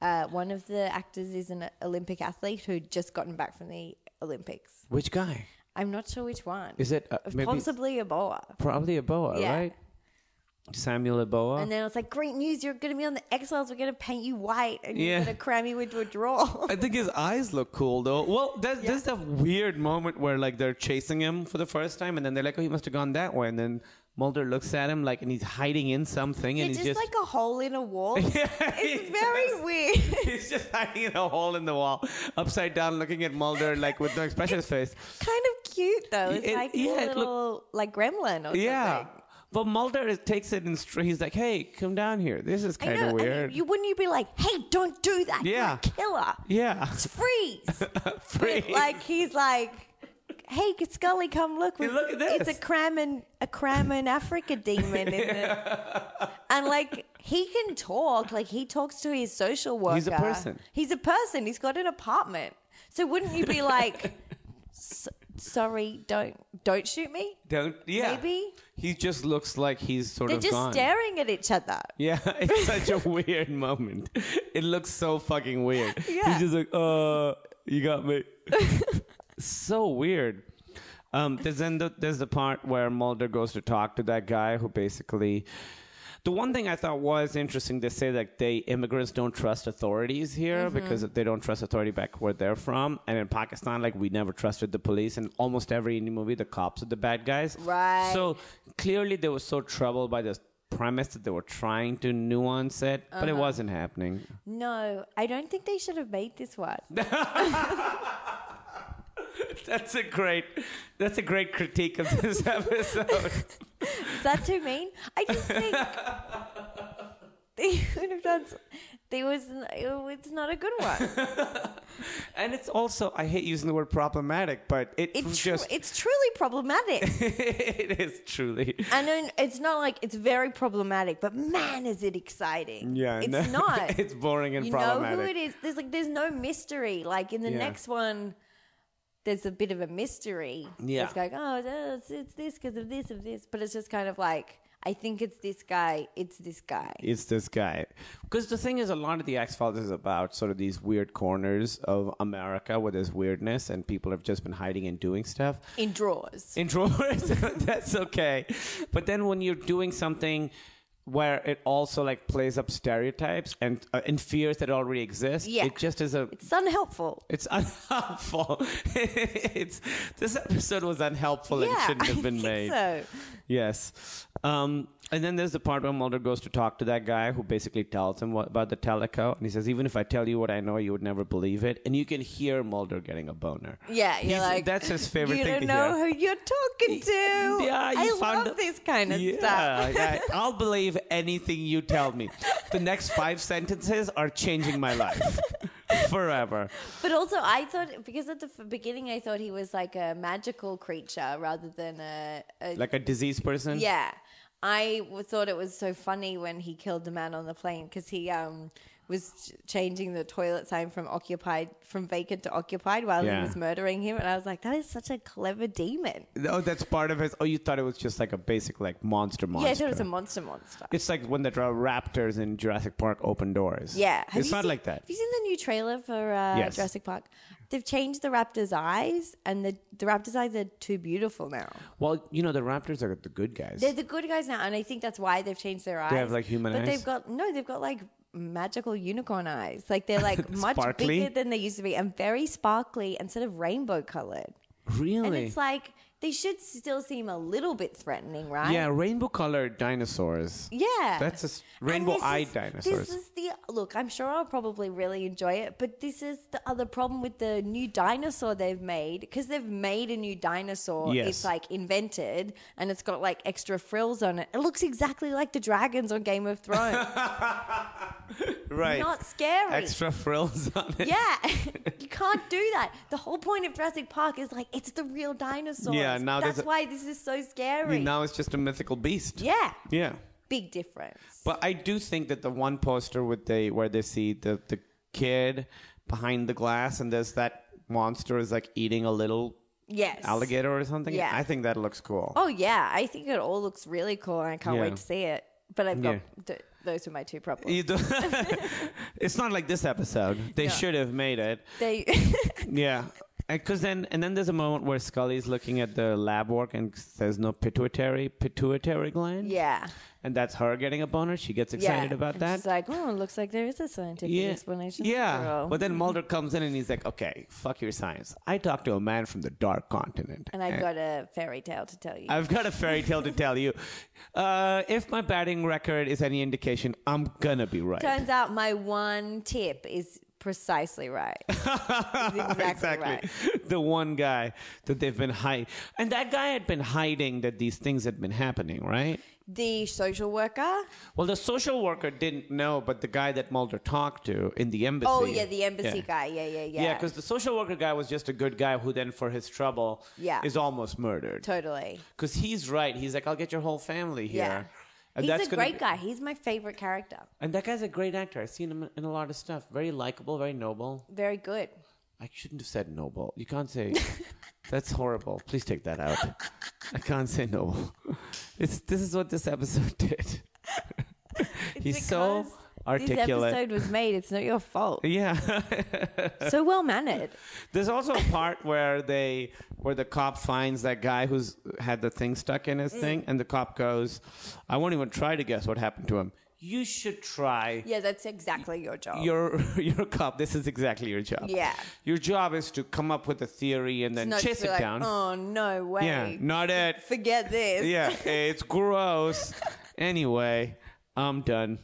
S6: uh, one of the actors is an Olympic athlete who'd just gotten back from the Olympics.
S5: Which guy?
S6: I'm not sure which one.
S5: Is it uh, maybe
S6: possibly Ebola?
S5: probably a boa,
S6: Yeah.
S5: right? Samuel a boa.
S6: And then it's like, great news! You're going to be on the Exiles. We're going to paint you white, and
S5: Yeah.
S6: you're going to cram you into a drawer.
S5: I think his eyes look cool though. Well, there's, there's that weird moment where like they're chasing him for the first time, and then they're like, "Oh, he must have gone that way." And then Mulder looks at him like, and he's hiding in something,
S6: Yeah,
S5: and
S6: just,
S5: he's just
S6: like a hole in a wall. it's very weird.
S5: he's just hiding in a hole in the wall, upside down, looking at Mulder like with no expression on his face.
S6: kind of cute though. It's
S5: It-
S6: like
S5: yeah,
S6: a
S5: it look-
S6: little like gremlin or something.
S5: Yeah, but Mulder is- takes it in. Str- he's like, "Hey, come down here. This is
S6: I
S5: kind
S6: know,
S5: of
S6: and
S5: weird."
S6: you wouldn't you be like, hey, don't do that.
S5: Yeah.
S6: You're a killer.
S5: yeah,
S6: Freeze.
S5: free.
S6: like he's like, hey, Scully, come look. we-
S5: look at this.
S6: It's a cramming a cramming Africa demon, isn't it? And like he can talk. Like he talks to his social worker.
S5: He's a person.
S6: He's a person. He's got an apartment. So wouldn't you be like, "S- sorry, don't don't shoot me?
S5: Don't. Yeah.
S6: Maybe?
S5: he just looks like he's sort
S6: They're
S5: of
S6: just
S5: gone.
S6: staring at each other.
S5: Yeah, it's such a weird moment. It looks so fucking weird.
S6: Yeah.
S5: He's just like, uh, you got me. so weird. Um, there's then the, there's the part where Mulder goes to talk to that guy who basically. The one thing I thought was interesting, they say that they immigrants don't trust authorities here because they don't trust authority back where they're from, and in Pakistan, like we never trusted the police. And almost every Indian movie, the cops are the bad guys.
S6: Right.
S5: So clearly, they were so troubled by this premise that they were trying to nuance it, but it wasn't happening.
S6: No, I don't think they should have made this one.
S5: That's a great. That's a great critique of this episode.
S6: Is that too mean? I just think they would have done. s- They was. It's not a good one.
S5: and it's also I hate using the word problematic, but it,
S6: It tru-
S5: just
S6: it's truly problematic,
S5: it is truly.
S6: and then it's not like it's very problematic. But man, is it exciting!
S5: Yeah,
S6: it's
S5: no.
S6: not.
S5: it's boring and
S6: you know
S5: problematic.
S6: who it is. There's like there's no mystery. Like in the
S5: Yeah.
S6: next one, there's a bit of a mystery.
S5: Yeah.
S6: it's like oh, it's, it's this because of this of this, but it's just kind of like I think it's this guy. It's this guy.
S5: It's this guy. Because the thing is, a lot of the X Files is about sort of these weird corners of America where there's weirdness and people have just been hiding and doing stuff.
S6: in drawers.
S5: in drawers. That's okay. But then when you're doing something where it also like plays up stereotypes and uh, and fears that already exist,
S6: Yeah.
S5: it just is a.
S6: It's unhelpful.
S5: It's unhelpful. it's this episode was unhelpful and
S6: yeah,
S5: shouldn't have been
S6: I
S5: made.
S6: think So
S5: Yes. Um, and then there's the part where Mulder goes to talk to that guy who basically tells him what, about the teleco. And he says, even if I tell you what I know, you would never believe it. And you can hear Mulder getting a boner.
S6: yeah, you're
S5: He's-
S6: like
S5: that's his favorite
S6: You
S5: thing
S6: don't
S5: to
S6: know
S5: hear.
S6: who you're talking to.
S5: Yeah, you
S6: I
S5: found
S6: love
S5: the-
S6: this kind of
S5: yeah,
S6: stuff.
S5: yeah, I'll believe anything you tell me. The next five sentences are changing my life forever.
S6: But also, I thought because at the f- beginning, I thought he was like a magical creature rather than a, a
S5: Like a diseased person.
S6: yeah. I w- thought it was so funny when he killed the man on the plane because he um was ch- changing the toilet sign from occupied from vacant to occupied while
S5: Yeah.
S6: he was murdering him, and I was like, that is such a clever demon.
S5: Oh, that's part of his. Oh, you thought it was just like a basic like monster monster.
S6: Yeah, I thought it was a monster monster.
S5: It's like when the dra- raptors in Jurassic Park open doors.
S6: Yeah, Have
S5: it's
S6: you
S5: not
S6: seen-
S5: like that.
S6: Have you seen the new trailer for uh,
S5: Yes.
S6: Jurassic Park? They've changed the raptor's eyes, and the the raptor's eyes are too beautiful now.
S5: Well, you know the raptors are the good guys.
S6: They're the good guys now, and I think that's why they've changed their eyes.
S5: have, like, human
S6: but
S5: eyes?
S6: they've got no, they've got like magical unicorn eyes. Like they're like much
S5: Sparkly?
S6: bigger than they used to be, and very sparkly instead of rainbow colored.
S5: really?
S6: And it's like they should still seem a little bit threatening, right?
S5: yeah, rainbow colored dinosaurs.
S6: Yeah.
S5: That's a s-
S6: And
S5: rainbow
S6: this
S5: eyed
S6: is-
S5: dinosaurs.
S6: This is the look, I'm sure I'll probably really enjoy it, but this is the other problem with the new dinosaur they've made because they've made a new dinosaur.
S5: Yes.
S6: It's like invented and it's got like extra frills on it. It looks exactly like the dragons on Game of Thrones.
S5: right.
S6: Not scary.
S5: Extra frills on it.
S6: Yeah, you can't do that. The whole point of Jurassic Park is like it's the real dinosaur.
S5: Yeah, now there's
S6: that's
S5: a-
S6: why this is so scary.
S5: Now it's just a mythical beast.
S6: yeah,
S5: Yeah.
S6: big difference.
S5: But I do think that the one poster with they where they see the the kid behind the glass and there's that monster is like eating a little
S6: Yes,
S5: alligator or something.
S6: Yeah.
S5: I think that looks cool.
S6: Oh yeah, I think it all looks really cool, and I can't
S5: Yeah.
S6: wait to see it. But I've got
S5: Yeah.
S6: th- those are my two problems.
S5: You do- it's not like this episode. They should have made it.
S6: they
S5: Yeah. Because then, and then there's a moment where Scully's looking at the lab work and says no pituitary pituitary gland.
S6: Yeah.
S5: And that's her getting a boner. She gets excited
S6: yeah.
S5: about
S6: And
S5: that.
S6: She's like, oh, looks like there is a scientific explanation.
S5: Yeah.
S6: after all."
S5: But then Mulder comes in and he's like, okay, fuck your science. I talked to a man from the dark continent.
S6: and I've got a fairy tale to tell you.
S5: I've got a fairy tale to tell you. Uh, if my batting record is any indication, I'm going to be right.
S6: Turns out my one tip is precisely right. It's exactly, right.
S5: The one guy that they've been hiding. And that guy had been hiding that these things had been happening, right?
S6: The social worker.
S5: Well, the social worker didn't know, but the guy that Mulder talked to in the embassy.
S6: Oh yeah, the embassy
S5: Yeah.
S6: guy. Yeah, yeah, yeah.
S5: Yeah, because the social worker guy was just a good guy who then, for his trouble,
S6: Yeah.
S5: is almost murdered.
S6: totally.
S5: Because he's right. He's like, I'll get your whole family here.
S6: Yeah.
S5: And
S6: He's
S5: Uh, that's
S6: a
S5: gonna
S6: great
S5: be-
S6: guy. He's my favorite character.
S5: And that guy's a great actor. I've seen him in a lot of stuff. Very likable, very noble.
S6: Very good.
S5: I shouldn't have said noble. You can't say. that's horrible. Please take that out. I can't say noble. It's, this is what this episode did. He's so
S6: because This
S5: articulate.
S6: episode was made. It's not your fault.
S5: yeah.
S6: So well mannered.
S5: There's also a part where they where the cop finds that guy who's had the thing stuck in his
S6: Mm.
S5: thing, and the cop goes, "I won't even try to guess what happened to him. You should try."
S6: Yeah, that's exactly your job.
S5: Your your cop. This is exactly your job.
S6: Yeah.
S5: Your job is to come up with a theory and then
S6: not
S5: chase
S6: to be
S5: it
S6: like,
S5: down.
S6: Oh no way.
S5: yeah, not it.
S6: Forget this.
S5: yeah, it's gross. Anyway, I'm done.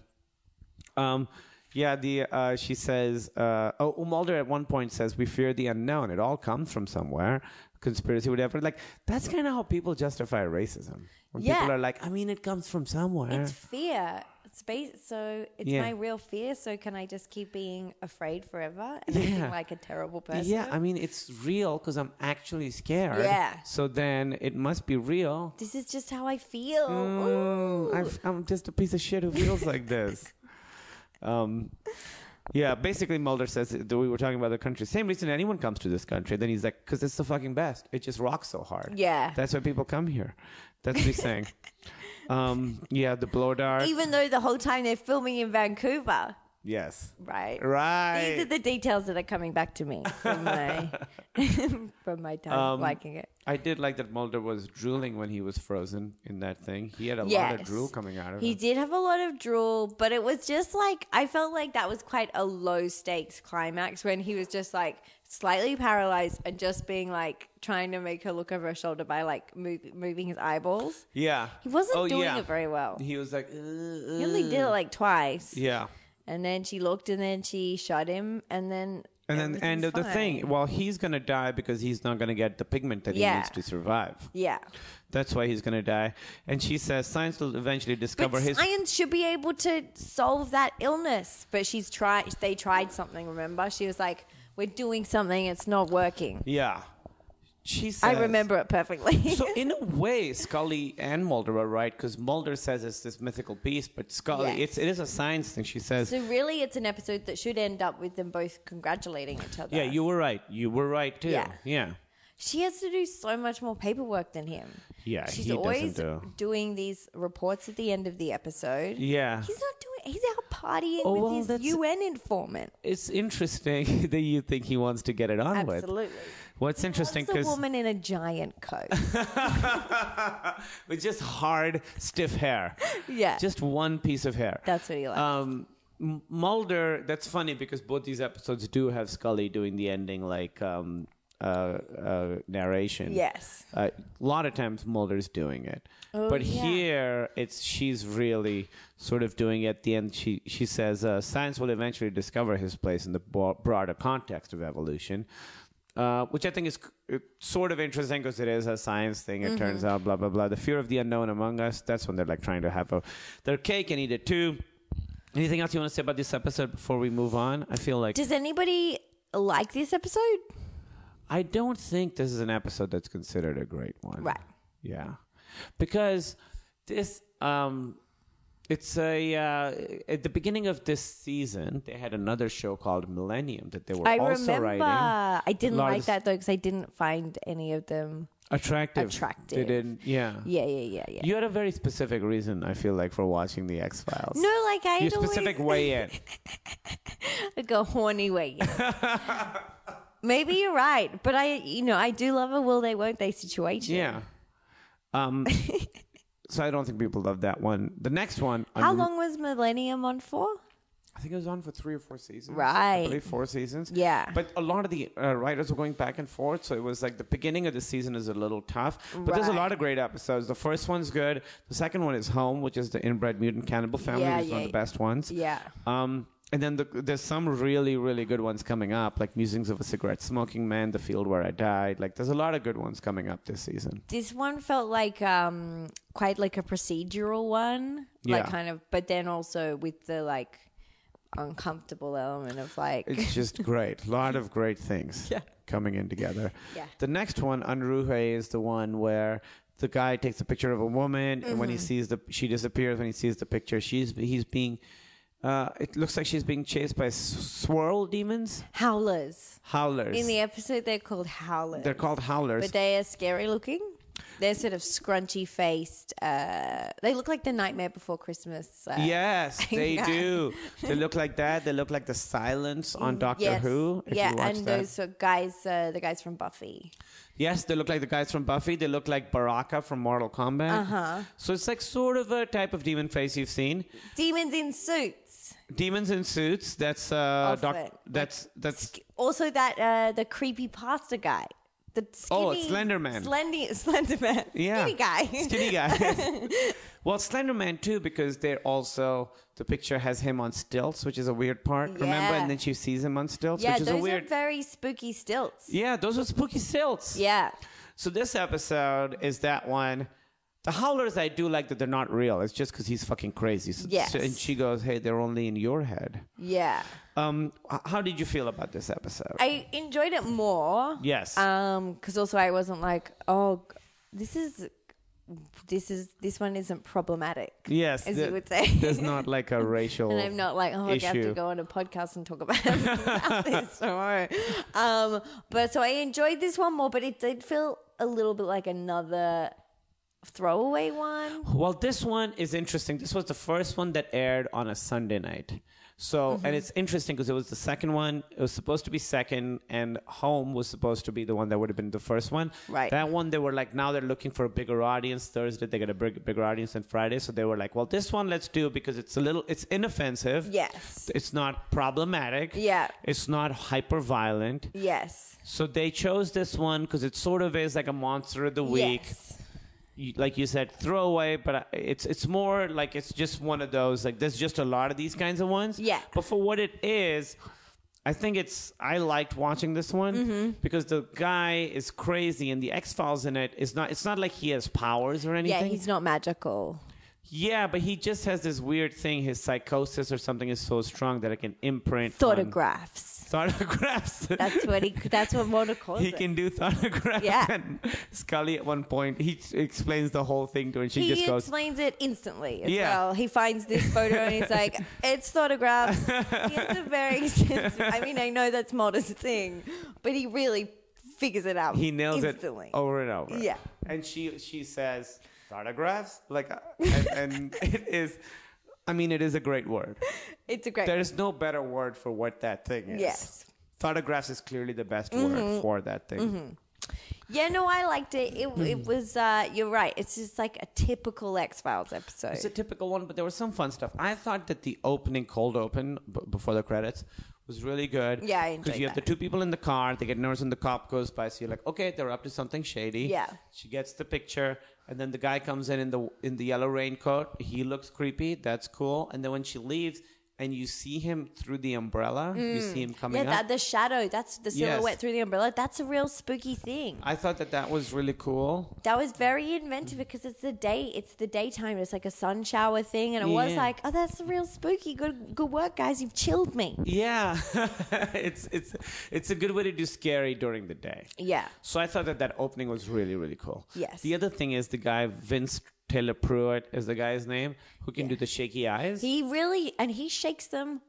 S5: Um, yeah, the uh, she says. Uh, oh, Mulder at one point says, "We fear the unknown. It all comes from somewhere." Conspiracy, whatever. Like that's kind of how people justify racism. When
S6: Yeah.
S5: people are like, "I mean, it comes from somewhere."
S6: It's fear. It's ba- so it's
S5: Yeah.
S6: my real fear. So can I just keep being afraid forever and acting
S5: Yeah.
S6: like a terrible person?
S5: yeah, I mean, it's real because I'm actually scared.
S6: Yeah.
S5: So then it must be real.
S6: This is just how I feel.
S5: Mm,
S6: Ooh.
S5: I've, I'm just a piece of shit who feels like this. Um, yeah, basically, Mulder says that we were talking about the country. Same reason anyone comes to this country. Then he's like, because it's the fucking best. It just rocks so hard.
S6: Yeah.
S5: That's why people come here. That's what he's saying. um, yeah, the blow dart.
S6: Even though the whole time they're filming in Vancouver,
S5: yes.
S6: right?
S5: Right.
S6: These are the details that are coming back to me from my from my time
S5: Um,
S6: liking it.
S5: I did like that Mulder was drooling when he was frozen in that thing. He had a lot of
S6: Yes.
S5: drool coming out of
S6: He
S5: him.
S6: did have a lot of drool, but it was just like I felt like that was quite a low stakes climax when he was just like slightly paralyzed and just being like trying to make her look over her shoulder by like move, moving his eyeballs.
S5: Yeah.
S6: He wasn't
S5: Oh,
S6: doing
S5: yeah.
S6: it very well. He
S5: He was like, "Uh, uh."
S6: only did it like twice,
S5: yeah.
S6: and then she looked, and then she shot him, and then
S5: And then
S6: everything
S5: end
S6: was
S5: of the
S6: fine.
S5: thing. Well, he's gonna die because he's not gonna get the pigment that he
S6: Yeah.
S5: needs to survive.
S6: Yeah,
S5: That's why he's gonna die. And she says science will eventually
S6: but
S5: discover his.
S6: science should be able to solve that illness. But she's tried. They tried something. Remember, she was like, "We're doing something. It's not working."
S5: yeah. She says.
S6: I remember it perfectly.
S5: So in a way, Scully and Mulder are right because Mulder says it's this mythical beast, but Scully,
S6: Yes.
S5: it's it is a science thing. She says.
S6: So really, it's an episode that should end up with them both congratulating each other.
S5: yeah, you were right. You were right too.
S6: Yeah.
S5: yeah.
S6: She has to do so much more paperwork than him.
S5: Yeah,
S6: she's
S5: he doesn't
S6: always
S5: do-
S6: doing these reports at the end of the episode.
S5: Yeah.
S6: he's not doing. He's out partying
S5: Oh, well,
S6: with his
S5: that's-
S6: UN informant.
S5: It's interesting that you think he wants to get it on with.
S6: Absolutely.
S5: What's interesting
S6: Loves a
S5: because
S6: woman in a giant coat.
S5: with just hard, stiff hair.
S6: Yeah.
S5: Just one piece of hair.
S6: That's what he likes.
S5: Um, M- Mulder, that's funny because both these episodes do have Scully doing the ending like um, uh, uh, narration.
S6: yes.
S5: Uh, A lot of times Mulder's doing it. but
S6: yeah.
S5: here it's she's really sort of doing it at the end she she says uh, science will eventually discover his place in the bo- broader context of evolution. Uh, which I think is c- sort of interesting because it is a science thing. It turns out, blah blah blah. The fear of the unknown among us. That's when they're like trying to have a their cake and eat it too. Anything else you want to say about this episode before we move on? I feel like
S6: Does anybody like this episode?
S5: I don't think this is an episode that's considered a great one.
S6: Right.
S5: Yeah. Because this um it's a uh, at the beginning of this season they had another show called Millennium that they were
S6: I
S5: also
S6: remember.
S5: writing
S6: I didn't
S5: Lot of
S6: like
S5: this-
S6: that though because I didn't find any of them.
S5: attractive. They
S6: Attractive.
S5: didn't. Yeah.
S6: Yeah, yeah, yeah, yeah.
S5: You had a very specific reason I feel like for watching the X Files.
S6: no, like I
S5: Your
S6: always
S5: specific way in.
S6: like a horny way. Maybe you're right, but I, you know, I do love a will they, won't they situation.
S5: Yeah. Um, so I don't think people love that one. The next one, I'm-
S6: How long was Millennium on for?
S5: I think it was on for three or four seasons.
S6: Right.
S5: I believe four seasons.
S6: Yeah.
S5: But a lot of the uh, writers were going back and forth, so it was like the beginning of the season is a little tough. But there's a lot of great episodes. The first one's good. The second one is Home, which is the inbred mutant cannibal family,
S6: Yeah,
S5: which is one of
S6: yeah.
S5: the best ones.
S6: Yeah.
S5: Um, and then the, there's some really, really good ones coming up, like Musings of a Cigarette Smoking Man, The Field Where I Died. Like, there's a lot of good ones coming up this season.
S6: This one felt like um quite like a procedural one, like
S5: Yeah.
S6: kind of, but then also with the like uncomfortable element of like
S5: It's just great. A lot of great things coming in together.
S6: Yeah.
S5: The next one, Anruhe, is the one where the guy takes a picture of a woman, and when he
S6: Mm-hmm.
S5: sees the, she disappears. When he sees the picture, she's he's being. Uh, it looks like she's being chased by s- swirl demons,
S6: howlers.
S5: howlers.
S6: In the episode, they're called howlers.
S5: They're called howlers.
S6: but they are scary looking. They're sort of scrunchy faced. Uh, they look like the Nightmare Before Christmas. Uh,
S5: Yes, they
S6: Yeah.
S5: do. They look like that. They look like the silence on Doctor
S6: Mm, yes.
S5: Who. If
S6: yeah,
S5: you watch
S6: and
S5: that.
S6: those are guys, uh, the guys from Buffy.
S5: Yes, they look like the guys from Buffy. They look like Baraka from Mortal Kombat. Uh-huh. So it's like sort of a type of demon face you've seen.
S6: Demons in suits.
S5: Demons in suits. That's uh,
S6: Of it.
S5: doc- that's that's
S6: Also, that uh, the creepy pasta guy. The skinny,
S5: Oh, Slenderman.
S6: Slendy, Slenderman.
S5: yeah,
S6: Skinny guy.
S5: skinny guy. well, Slenderman too, because they're also the picture has him on stilts, which is a weird part. Remember,
S6: Yeah.
S5: and then she sees him on stilts,
S6: yeah,
S5: which is
S6: those
S5: a weird.
S6: are very spooky stilts. Yeah.
S5: yeah, those are spooky stilts. So this episode is that one. The howlers I do like that they're not real. It's just because he's fucking crazy. So,
S6: Yes.
S5: so- and she goes, "Hey, they're only in your head."
S6: Yeah.
S5: Um, h- how did you feel about this episode?
S6: I enjoyed it more.
S5: yes.
S6: Um, because also I wasn't like, oh, g- this is, this is, this one isn't problematic.
S5: yes.
S6: as
S5: the-
S6: you would say.
S5: there's not like a racial.
S6: And I'm not like, oh, I have to
S5: issue.
S6: go on a podcast and talk about, about this tomorrow. Um, but so I enjoyed this one more, but it did feel a little bit like another throwaway one.
S5: Well, this one is interesting. This was the first one that aired on a Sunday night. So,
S6: Mm-hmm.
S5: and it's interesting because it was the second one. It was supposed to be second, and Home was supposed to be the one that would have been the first one.
S6: Right.
S5: That one, they were like, now they're looking for a bigger audience. Thursday, they got a big, bigger audience than Friday. So they were like, well, this one let's do because it's a little, it's inoffensive.
S6: Yes.
S5: It's not problematic.
S6: Yeah.
S5: It's not hyper violent.
S6: Yes.
S5: So they chose this one because it sort of is like a monster of the week
S6: Yes.
S5: you- like you said, throwaway, but I- it's it's more like it's just one of those. Like there's just a lot of these kinds of ones.
S6: Yeah.
S5: But for what it is, I think it's I liked watching this one
S6: Mm-hmm.
S5: because the guy is crazy and the X Files in it is not. It's not like he has powers or anything.
S6: Yeah, he's not magical.
S5: Yeah, but he just has this weird thing. His psychosis or something is so strong that it can imprint. on-
S6: Photographs.
S5: Thoughtographs.
S6: That's what he. That's what Mona calls
S5: He
S6: it.
S5: can do thoughtographs.
S6: Yeah.
S5: And Scully at one point he explains the whole thing to her, and she
S6: he
S5: just goes,
S6: explains it instantly as
S5: Yeah.
S6: well. He finds this photo and he's like, "It's photographs." he has a very sense. I mean, I know that's modest thing, but he really figures it out.
S5: he nails
S6: instantly.
S5: it over and over.
S6: Yeah.
S5: And she she says autographs like uh, and, and it is I mean it is a great word.
S6: It's a great.
S5: There is no better word for what that thing is.
S6: Yes. Mm-hmm.
S5: Autographs is clearly the best word for that thing.
S6: yeah, no, I liked it. It,
S5: Hmm.
S6: it was. Uh, you're right. It's just like a typical X Files episode.
S5: It's a typical one, but there was some fun stuff. I thought that the opening, cold open b- before the credits, was really good.
S6: Yeah, I
S5: Because you
S6: enjoyed
S5: have the
S6: that.
S5: two people in the car, they get nervous, and the cop goes by. So you're like, okay, they're up to something shady.
S6: Yeah.
S5: She gets the picture, and then the guy comes in in the in the yellow raincoat. He looks creepy. That's cool. And then when she leaves, and you see him through the umbrella, you see him coming
S6: Mm. yeah,
S5: up.
S6: that, the shadow. That's the
S5: Yes.
S6: silhouette through the umbrella. That's a real spooky thing.
S5: I thought that that was really cool.
S6: That was very
S5: Mm.
S6: inventive because it's the day, it's the daytime. It's like a sun shower thing, and it was
S5: Yeah.
S6: like, oh, that's real spooky. Good, good work, guys. You've chilled me.
S5: Yeah, it's it's it's a good way to do scary during the day.
S6: Yeah.
S5: So I thought that that opening was really, really cool.
S6: Yes.
S5: The other thing is the guy, Vince Taylor Pruitt is the guy's name, who can do the shaky eyes.
S6: He really, and he shakes them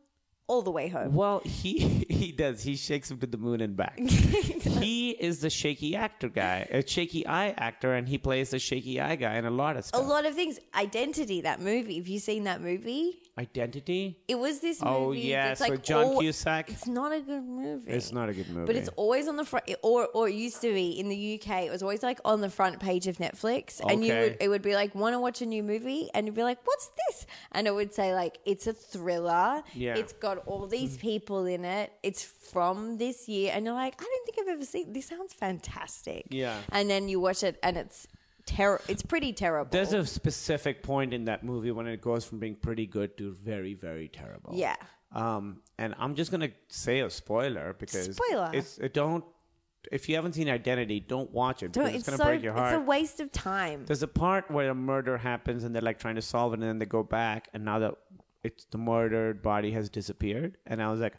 S6: all the way home.
S5: well, he he does. He shakes him to the moon and back. he is the shaky actor guy, a shaky eye actor, and he plays the shaky eye guy in a lot of
S6: A
S5: stuff.
S6: lot of things. Identity. That movie. Have you seen that movie?
S5: Identity.
S6: It was this movie.
S5: Oh, yes,
S6: that's like
S5: with John
S6: all-
S5: Cusack.
S6: It's not a good movie.
S5: It's not a good movie.
S6: But it's always on the front, or or it used to be in the UK. It was always like on the front page of Netflix, and you
S5: Okay.
S6: would it would be like want to watch a new movie, and you'd be like, "What's this?" And it would say like, "It's a thriller.
S5: Yeah.
S6: It's got all these people in it. It's from this year," and you're like, "I don't think I've ever seen. This sounds fantastic."
S5: Yeah.
S6: And then you watch it, and it's terror. It's pretty terrible.
S5: There's a specific point in that movie when it goes from being pretty good to very, very terrible.
S6: Yeah.
S5: Um, and I'm just gonna say a spoiler because
S6: Spoiler.
S5: It's it don't. If you haven't seen Identity, don't watch it
S6: Don't-
S5: because it's,
S6: it's
S5: gonna
S6: so
S5: break your heart.
S6: it's a waste of time.
S5: There's a part where a murder happens and they're like trying to solve it, and then they go back, and now that it's the murdered body has disappeared, and I was like,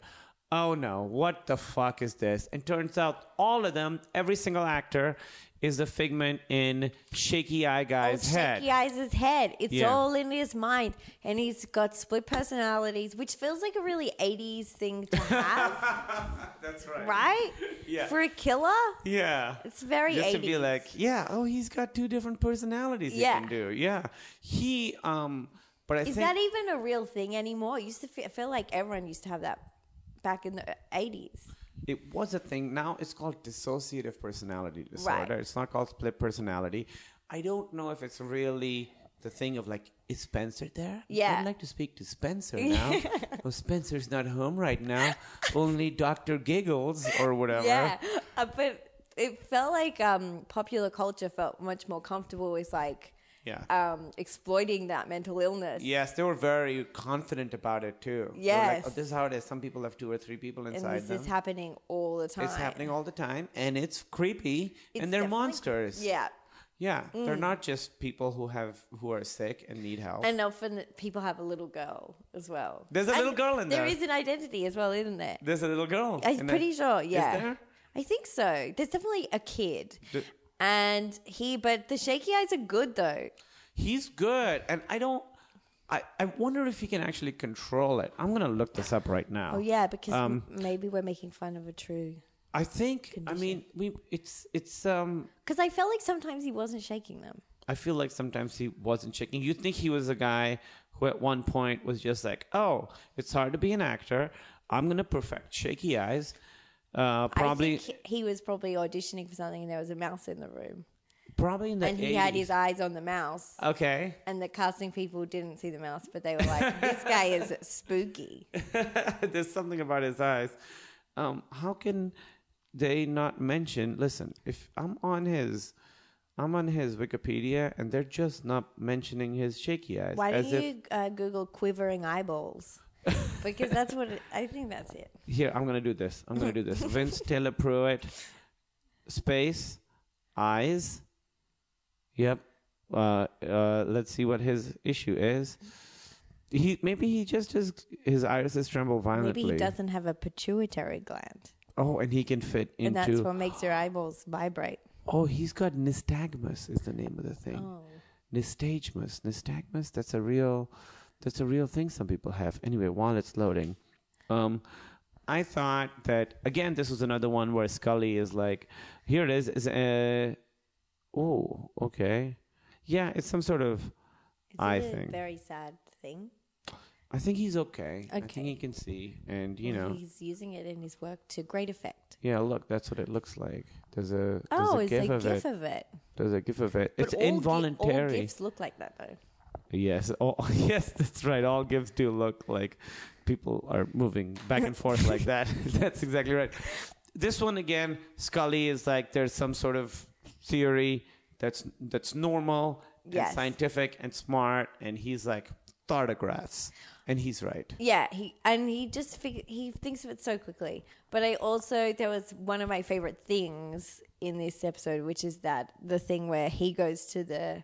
S5: "Oh no, what the fuck is this?" And turns out all of them, every single actor, is a figment in Shaky Eye Guy's
S6: all
S5: head.
S6: Oh, Shaky eyes his head. It's
S5: Yeah.
S6: all in his mind, and he's got split personalities, which feels like a really '80s thing to have,
S5: That's right.
S6: right?
S5: Yeah.
S6: For a killer,
S5: Yeah.
S6: It's very
S5: Just to be
S6: 80s.
S5: like, yeah, oh, he's got two different personalities
S6: Yeah.
S5: he can do. Yeah. He um but I
S6: is
S5: think
S6: that even a real thing anymore? It used to feel, feel like everyone used to have that back in the uh, '80s.
S5: it was a thing. Now it's called dissociative personality disorder. It's not called split personality. I don't know if it's really the thing of like, is Spencer there?
S6: Yeah.
S5: I'd like to speak to Spencer now. well, Spencer's not home right now. Only Dr. Giggles or whatever.
S6: Yeah, uh, but it felt like um, popular culture felt much more comfortable with like
S5: Yeah.
S6: um, exploiting that mental illness.
S5: Yes, they were very confident about it too. They were like,
S6: Yes.
S5: oh, this is how it is. Some people have two or three people
S6: And
S5: inside
S6: this
S5: them.
S6: is happening all the time.
S5: It's happening all the time, and it's creepy,
S6: It's
S5: and they're
S6: definitely-
S5: monsters.
S6: Yeah. Mm.
S5: yeah, they're not just people who have who are sick and need help.
S6: And often people have a little girl as well.
S5: There's a
S6: And
S5: little girl in there.
S6: There is an identity as well, isn't there?
S5: There's a little girl.
S6: I'm
S5: and
S6: pretty
S5: then-
S6: sure. Yeah.
S5: there?
S6: I think so. There's definitely a kid. and he, but the shaky eyes are good though.
S5: he's good, and I don't. I, I wonder if he can actually control it. I'm gonna look this up right now.
S6: Oh yeah, because
S5: Um,
S6: m maybe we're making fun of a true.
S5: I think. I mean, we. It's it's um.
S6: Because I felt like sometimes he wasn't shaking them.
S5: I feel like sometimes he wasn't checking. You think he was a guy who at one point was just like, "Oh, it's hard to be an actor. I'm gonna perfect shaky eyes." Uh, probably,
S6: I think he was probably auditioning for something, and there was a mouse in the room,
S5: probably in the
S6: and he had
S5: 80s.
S6: his eyes on the mouse.
S5: Okay,
S6: And the casting people didn't see the mouse, but they were like, "This guy is spooky."
S5: there's something about his eyes. Um, how can they not mention? Listen, if I'm on his, I'm on his Wikipedia, and they're just not mentioning his shaky eyes.
S6: Why don't
S5: as if,
S6: you uh, Google quivering eyeballs? because that's what it, I think that's it.
S5: Here, I'm gonna do this. I'm gonna do this. Vince Taylor Pruitt, space, eyes. Yep. Uh, uh, let's see what his issue is. He maybe he just is his irises tremble violently.
S6: Maybe he doesn't have a pituitary gland,
S5: Oh, and he can fit
S6: and
S5: into.
S6: that's what makes your eyeballs vibrate.
S5: Oh, he's got nystagmus is the name of the thing.
S6: Oh.
S5: Nystagmus, nystagmus. That's a real, that's a real thing some people have. Anyway, while it's loading, um, I thought that again this was another one where Scully is like, here it is. Is uh, oh, okay, yeah, it's some sort of
S6: It's
S5: eye
S6: a
S5: thing.
S6: very sad thing.
S5: I think he's okay. I
S6: Okay.
S5: think he can see, and you know,
S6: He's using it in his work to great effect.
S5: yeah. Look, that's what it looks like. There's a there's a
S6: Oh, it's
S5: gif
S6: a
S5: of it.
S6: gif of it.
S5: There's a gif of it.
S6: But
S5: it's
S6: all gi-
S5: involuntary.
S6: all gifs look like that though.
S5: Yes. Oh, yes, that's right. All gifts do look like people are moving back and forth like that. that's exactly right. This one again, Scully is like there's some sort of theory that's that's normal
S6: Yes.
S5: and scientific and smart, and he's like tardigrades, and he's right.
S6: Yeah, he and he just fig- he thinks of it so quickly. But I also there was one of my favorite things in this episode, which is that the thing where he goes to the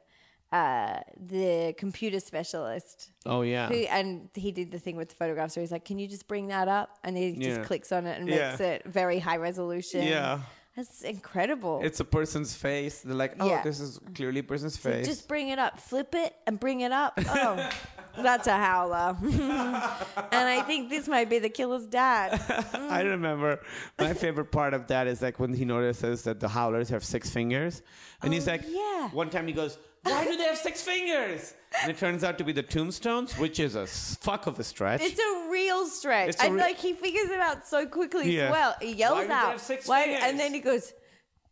S6: uh, the computer specialist
S5: Oh yeah.
S6: who and he did the thing with the photographs where he's like, "Can you just bring that up?" And he
S5: Yeah.
S6: just clicks on it and
S5: Yeah.
S6: makes it very high resolution.
S5: Yeah.
S6: that's incredible.
S5: It's a person's face. They're like, oh,
S6: Yeah.
S5: this is clearly a person's
S6: So
S5: face.
S6: Just bring it up, flip it, and bring it up. Oh, that's a howler. and I think this might be the killer's dad.
S5: I remember my favorite part of that is like when he notices that the howlers have six fingers, and he's like,
S6: Oh, yeah.
S5: One time he goes, "Why do they have six fingers?" and it turns out to be the tombstones, which is a s- fuck of a stretch.
S6: It's a real stretch.
S5: It's a
S6: And
S5: re-
S6: like he figures it out so quickly
S5: Yeah.
S6: as well. He yells
S5: Why do they
S6: out.
S5: have six
S6: "Why-"
S5: fingers?
S6: and then he goes,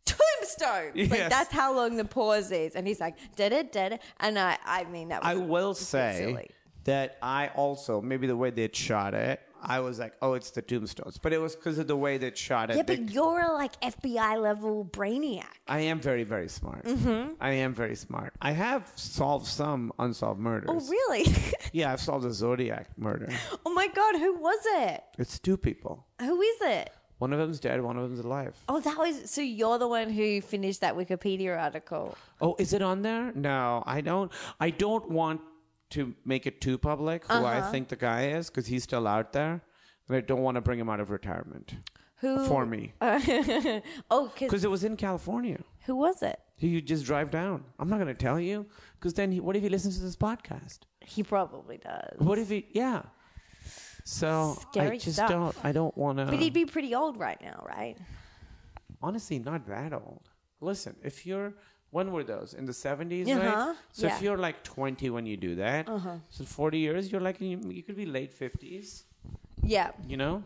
S6: Tombstone. Like
S5: Yes.
S6: that's how long the pause is. And he's like, did it, did it. And I I mean that was
S5: I will say
S6: silly.
S5: that I also maybe the way they shot it, I was like, oh, it's the tombstones, but it was because of the way they shot it.
S6: Yeah,
S5: they-
S6: but you're a like FBI level brainiac.
S5: I am very, very smart.
S6: Mm-hmm.
S5: I am very smart. I have solved some unsolved murders.
S6: Oh really?
S5: Yeah, I've solved a Zodiac murder.
S6: oh my god, who was it?
S5: It's two people.
S6: Who is it?
S5: One of them's dead. One of them's alive.
S6: Oh, that was so you're the one who finished that Wikipedia article.
S5: Oh, is it on there? No, I don't. I don't want to make it too public who
S6: Uh-huh.
S5: I think the guy is because he's still out there, and I don't want to bring him out of retirement.
S6: Who
S5: for me?
S6: Oh, because
S5: Because it was in California.
S6: who was it?
S5: You just drive down. I'm not going to tell you because then he, what if he listens to this podcast?
S6: He probably does.
S5: What if he? Yeah. So I
S6: Scary
S5: just
S6: stuff.
S5: don't. I don't want to.
S6: But he'd be pretty old right now, right?
S5: honestly not that old. Listen, if you're when were those in the 70s,
S6: Uh-huh,
S5: right? So if
S6: yeah. Uh-huh.
S5: you're like 20 when you do that, so 40 years, you're like you, you could be late 50s.
S6: Yeah,
S5: You know,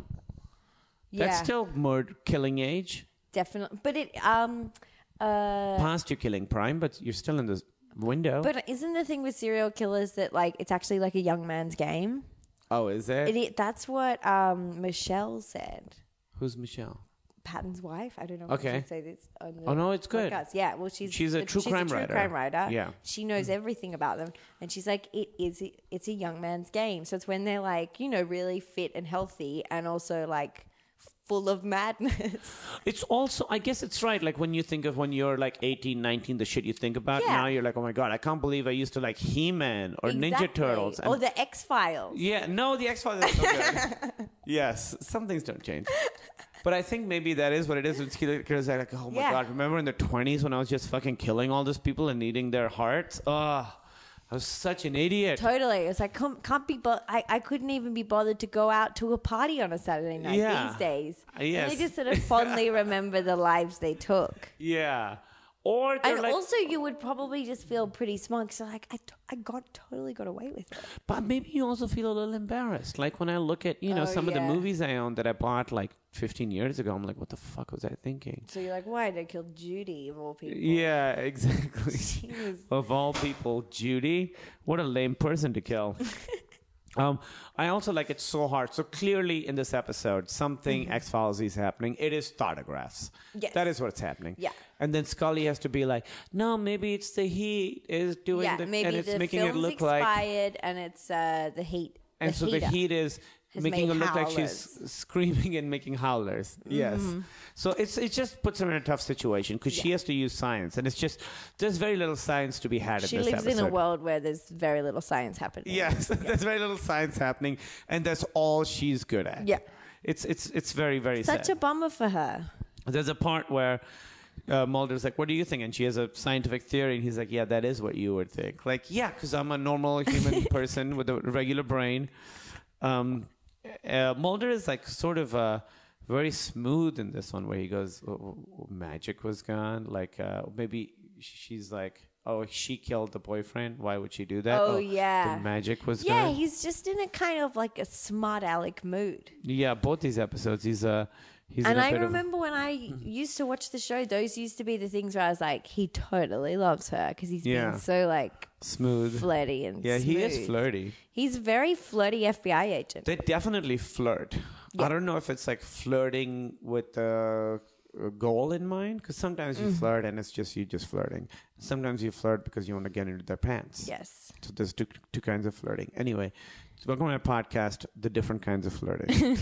S6: yeah,
S5: that's still murder killing age,
S6: definitely. But it um uh.
S5: past your killing prime, but you're still in this window.
S6: But isn't the thing with serial killers that like it's actually like a young man's game?
S5: oh, is it?
S6: It, i- that's what um, Michelle said.
S5: Who's Michelle?
S6: Patton's wife. I don't know. if I
S5: Okay.
S6: should say this. On the
S5: Oh, no, it's good.
S6: podcast. Yeah. Well, she's
S5: She's a
S6: the-
S5: true crime
S6: true
S5: writer.
S6: Crime writer.
S5: Yeah. Mm-hmm.
S6: She knows everything about them, and she's like, it is. It's a young man's game. So it's when they're like, you know, really fit and healthy, and also like full of madness.
S5: It's also, I guess it's right. Like when you think of when you're like 18, 19, the shit you think about
S6: Yeah.
S5: now, you're like, oh my god, I can't believe I used to like He-Man or Ninja
S6: Exactly. Oh,
S5: Turtles.
S6: or the X Files.
S5: Yeah, no, the X Files is so good. yes, some things don't change. But I think maybe that is what it is. It's because like, oh my
S6: Yeah.
S5: god, remember in the twenties when I was just fucking killing all those people and eating their hearts? Ugh, I was such an idiot.
S6: Totally. It's like can't, can't be. Bo- I I couldn't even be bothered to go out to a party on a Saturday night
S5: Yeah.
S6: these days.
S5: Uh, yes.
S6: And they just sort of fondly remember the lives they took.
S5: yeah, or they're
S6: And
S5: like,
S6: also, you would probably just feel pretty smug. So like, I, t- I got totally got away with it.
S5: but maybe you also feel a little embarrassed. Like when I look at you know
S6: Oh,
S5: some of the
S6: yeah.
S5: movies I own that I bought like fifteen years ago, I'm like, what the fuck was I thinking?
S6: So you're like, why did I kill Judy of all people?
S5: Yeah, exactly. Of all people, Judy, what a lame person to kill. um, I also like it so hard. So clearly, in this episode, something X Files is happening. It is thoughtographs.
S6: Mm-hmm. Yes.
S5: that is what's happening.
S6: Yeah.
S5: and then Scully has to be like, "No, maybe it's the heat is doing
S6: Yeah,
S5: the,
S6: maybe
S5: and it's
S6: the
S5: making it
S6: film's
S5: look like."
S6: expired, and it's uh, the heat.
S5: And so the
S6: heater.
S5: heat is
S6: has
S5: making it
S6: made Mm-hmm.
S5: look like she's screaming and making howlers. Yes. So it's it just puts her in a tough situation because she has to use science, and it's just there's very little science to be had
S6: She
S5: in this
S6: lives
S5: episode.
S6: in a world where there's very little science happening.
S5: Yes, there's very little science happening, and that's all she's good at.
S6: Yeah.
S5: It's it's it's very very
S6: Such a
S5: sad.
S6: bummer for her.
S5: There's a part where. Uh, Mulder's like, what do you think? And she has a scientific theory, and he's like, yeah, that is what you would think. Like, yeah, because I'm a normal human person with a regular brain. Um, uh, Mulder is like sort of uh, very smooth in this one, where he goes, "Oh, oh, oh, magic was gone. Like, uh, maybe she's like, oh, she killed the boyfriend. Why would she do that?
S6: Oh, yeah.
S5: the magic was
S6: Yeah,
S5: gone.
S6: he's just in a kind of like a smart aleck mood.
S5: Yeah, both these episodes. He's uh he's
S6: and
S5: in a Mm-hmm.
S6: I
S5: bit
S6: remember when I used to watch the show, those used to be the things where I was like, he totally loves her because he's
S5: Yeah.
S6: being so like
S5: of smooth.
S6: flirty and
S5: yeah, he is
S6: smooth.
S5: flirty.
S6: He's a very flirty FBI agent.
S5: They definitely flirt. I don't know if it's like flirting with a a goal in mind because sometimes you flirt and it's just you just flirting. Sometimes you flirt because you want to get into their pants.
S6: Yes.
S5: So there's two two kinds of flirting. Anyway, so welcome to my podcast, the different kinds of flirting.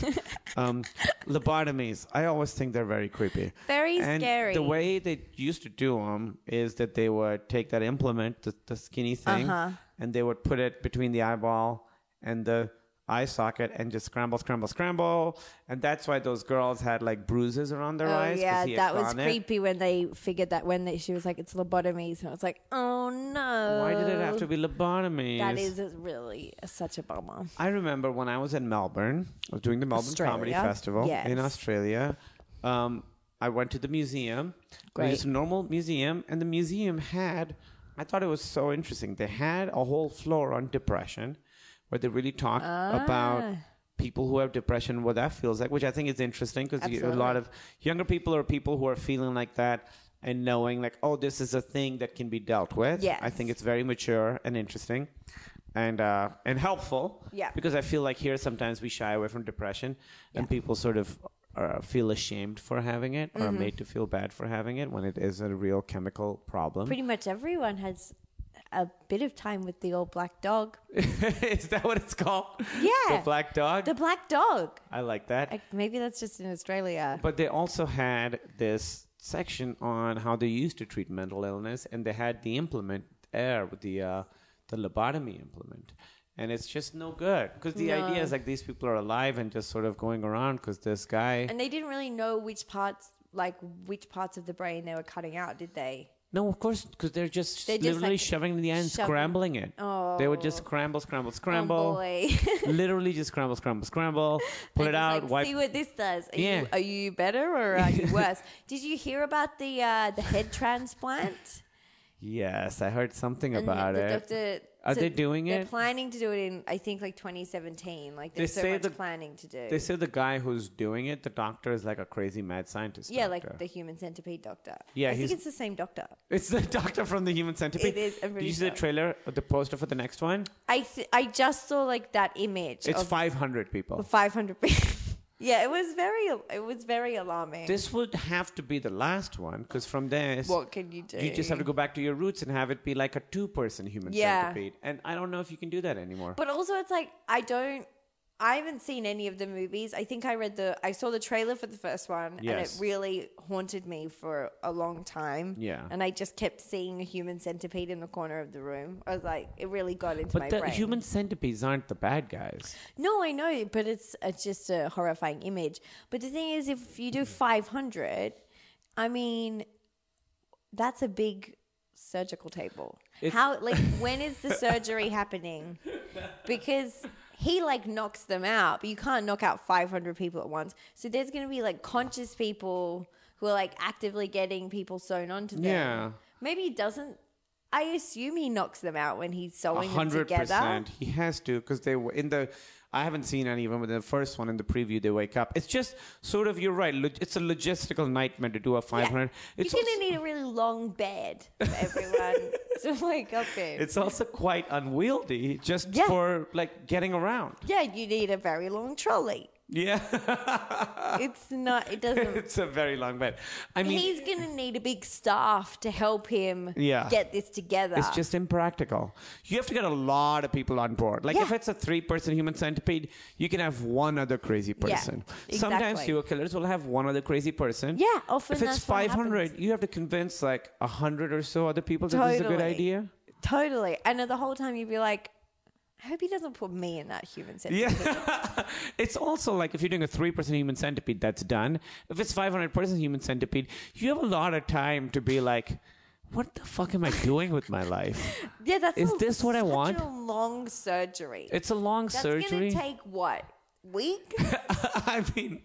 S5: um, lobotomies. I always think they're very creepy.
S6: Very
S5: and
S6: scary.
S5: The way they used to do them is that they would take that implement, the, the skinny thing,
S6: Uh-huh.
S5: and they would put it between the eyeball and the eye socket and just scramble, scramble, scramble. And that's why those girls had like bruises around their
S6: Oh
S5: eyes. 'cause
S6: yeah,
S5: he had
S6: that was
S5: gone it.
S6: creepy when they figured that when they, she was like, it's lobotomies, and I was like, oh no.
S5: Why did it have to be lobotomies?
S6: That is a- really such a bummer.
S5: I remember when I was in Melbourne, I was doing the Melbourne Comedy
S6: Australia?
S5: Festival
S6: Yes.
S5: in Australia. Um, I went to the museum. It was
S6: Great.
S5: just a normal museum, and the museum had I thought it was so interesting. They had a whole floor on depression where they really talked
S6: Ah.
S5: about people who have depression, what that feels like, which I think is interesting because a lot of younger people or people who are feeling like that and knowing like, oh, this is a thing that can be dealt with. I
S6: Yes.
S5: think it's very mature and interesting and uh, and helpful.
S6: Yeah.
S5: Because I feel like here sometimes we shy away from depression and people sort of uh, feel ashamed for having it
S6: Mm-hmm.
S5: or are made to feel bad for having it when it is a real chemical problem.
S6: Pretty much everyone has a bit of time with the old black dog.
S5: is that what it's called?
S6: Yeah.
S5: The black dog.
S6: The black dog.
S5: I like that.
S6: Like, maybe that's just in Australia.
S5: But they also had this section on how they used to treat mental illness, and they had the implement there with the uh, the lobotomy implement, and it's just no good because the idea is like these people are alive and just sort of going around because this guy.
S6: And they didn't really know which parts, like which parts of the brain they were cutting out, did they?
S5: no, of course, because they're just
S6: They just,
S5: literally
S6: like,
S5: shoving it in the end,
S6: shove-
S5: scrambling it. Oh, they would just scramble, scramble, scramble.
S6: Oh boy.
S5: literally just scramble, scramble, scramble. Pull it
S6: Just
S5: out,
S6: like,
S5: wipe
S6: See what this does. Are,
S5: Yeah.
S6: you, are you better or are you worse? Did you hear about the uh, the head transplant?
S5: Yes, I heard something
S6: And
S5: about
S6: the
S5: it.
S6: Doctor,
S5: Are they doing
S6: they're
S5: it?
S6: planning to do it in, I think, like 2017. Like there's so
S5: say
S6: much
S5: the-
S6: planning to do.
S5: They say the guy who's doing it, the doctor, is like a crazy mad scientist.
S6: yeah,
S5: doctor.
S6: like the human centipede doctor.
S5: Yeah,
S6: I think
S5: he's-
S6: it's the same doctor.
S5: it's the doctor from the Human Centipede.
S6: It is, I'm
S5: Did
S6: pretty
S5: you see the
S6: sure.
S5: trailer, or the poster for the next one?
S6: I th- I just saw like that image.
S5: It's
S6: of
S5: 500 people.
S6: 500 people. yeah, it was very it was very alarming.
S5: This would have to be the last one because from this,
S6: what can you do?
S5: you just have to go back to your roots and have it be like a two-person Human
S6: Yeah.
S5: Centipede. And I don't know if you can do that anymore.
S6: But also, it's like I don't. I haven't seen any of the movies. I think I read the. I saw the trailer for the first one, and it
S5: Yes.
S6: really haunted me for a long time.
S5: Yeah.
S6: And I just kept seeing a human centipede in the corner of the room. I was like, it really got into my
S5: but the
S6: brain.
S5: Human Centipedes aren't the bad guys.
S6: no, I know, but it's it's just a horrifying image. But the thing is, if you
S5: Mm-hmm.
S6: do five hundred, I mean, that's a big surgical table. How like when is the surgery happening? because he like knocks them out, but you can't knock out 500 people at once. So there's going to be like conscious people who are like actively getting people sewn onto them.
S5: Yeah.
S6: Maybe he doesn't. I assume he knocks them out when he's sewing them
S5: hundred
S6: together.
S5: percent. He has to because they were in the. I haven't seen any of them, but the first one in the preview, they wake up. It's just sort of you're right. Log- it's a logistical nightmare to do a five hundred. It's
S6: You're going
S5: also-
S6: to need a really long bed for everyone to wake up in.
S5: it's also quite unwieldy just
S6: Yeah.
S5: for like getting around.
S6: yeah, you need a very long trolley.
S5: Yeah,
S6: It's not, it doesn't.
S5: it's a very long bed. I mean,
S6: He's going to need a big staff to help him
S5: Yeah.
S6: get this together.
S5: It's just impractical. You have to get a lot of people on board. Like if
S6: Yeah.
S5: it's a three-person human centipede, you can have one other crazy person. Sometimes
S6: exactly.
S5: serial killers will have one other crazy person.
S6: Yeah, often
S5: If it's
S6: that's what
S5: 500,
S6: happens.
S5: you have to convince like 100 or so other people that this is a good
S6: Totally.
S5: idea.
S6: Totally. And the whole time you'd be like, I hope he doesn't put me in that human centipede.
S5: Yeah. it's also like if you're doing a three-person human centipede, that's done. If it's 500-person human centipede, you have a lot of time to be like, what the fuck am I doing with my life?
S6: Yeah, that's
S5: Is
S6: a-
S5: this what I
S6: such
S5: want?
S6: A long surgery.
S5: It's a long
S6: that's
S5: surgery.
S6: gonna take what week?
S5: I mean,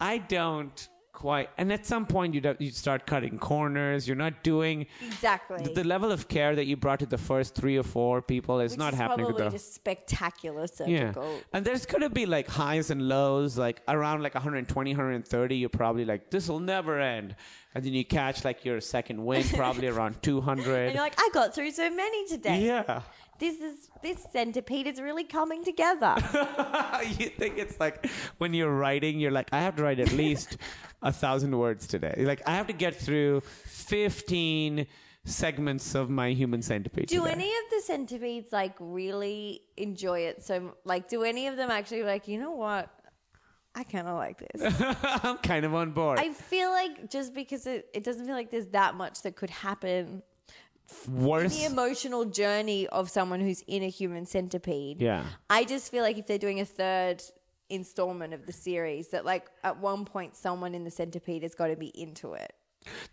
S5: I don't quite. And at some point, you don't, you start cutting corners. You're not doing
S6: exactly.
S5: the level of care that you brought to the first three or four people is
S6: Which
S5: not
S6: is
S5: happening to
S6: probably
S5: the
S6: just spectacular
S5: yeah.
S6: surgical.
S5: And there's gonna be like highs and lows, like around like 120, 130. You're probably like, this will never end. And then you catch like your second win, probably around 200.
S6: And you're like, I got through so many today.
S5: yeah.
S6: This is this centipede is really coming together.
S5: you think it's like when you're writing, you're like, I have to write at least a thousand words today. You're like, I have to get through 15 segments of my human centipede.
S6: do
S5: today.
S6: any of the centipedes like really enjoy it? So m- like, do any of them actually like? You know what? I kind of like this.
S5: I'm kind of on board.
S6: I feel like just because it, it doesn't feel like there's that much that could happen. The
S5: Worse.
S6: emotional journey of someone who's in a human centipede.
S5: Yeah.
S6: I just feel like if they're doing a third installment of the series, that like at one point someone in the centipede has got to be into it.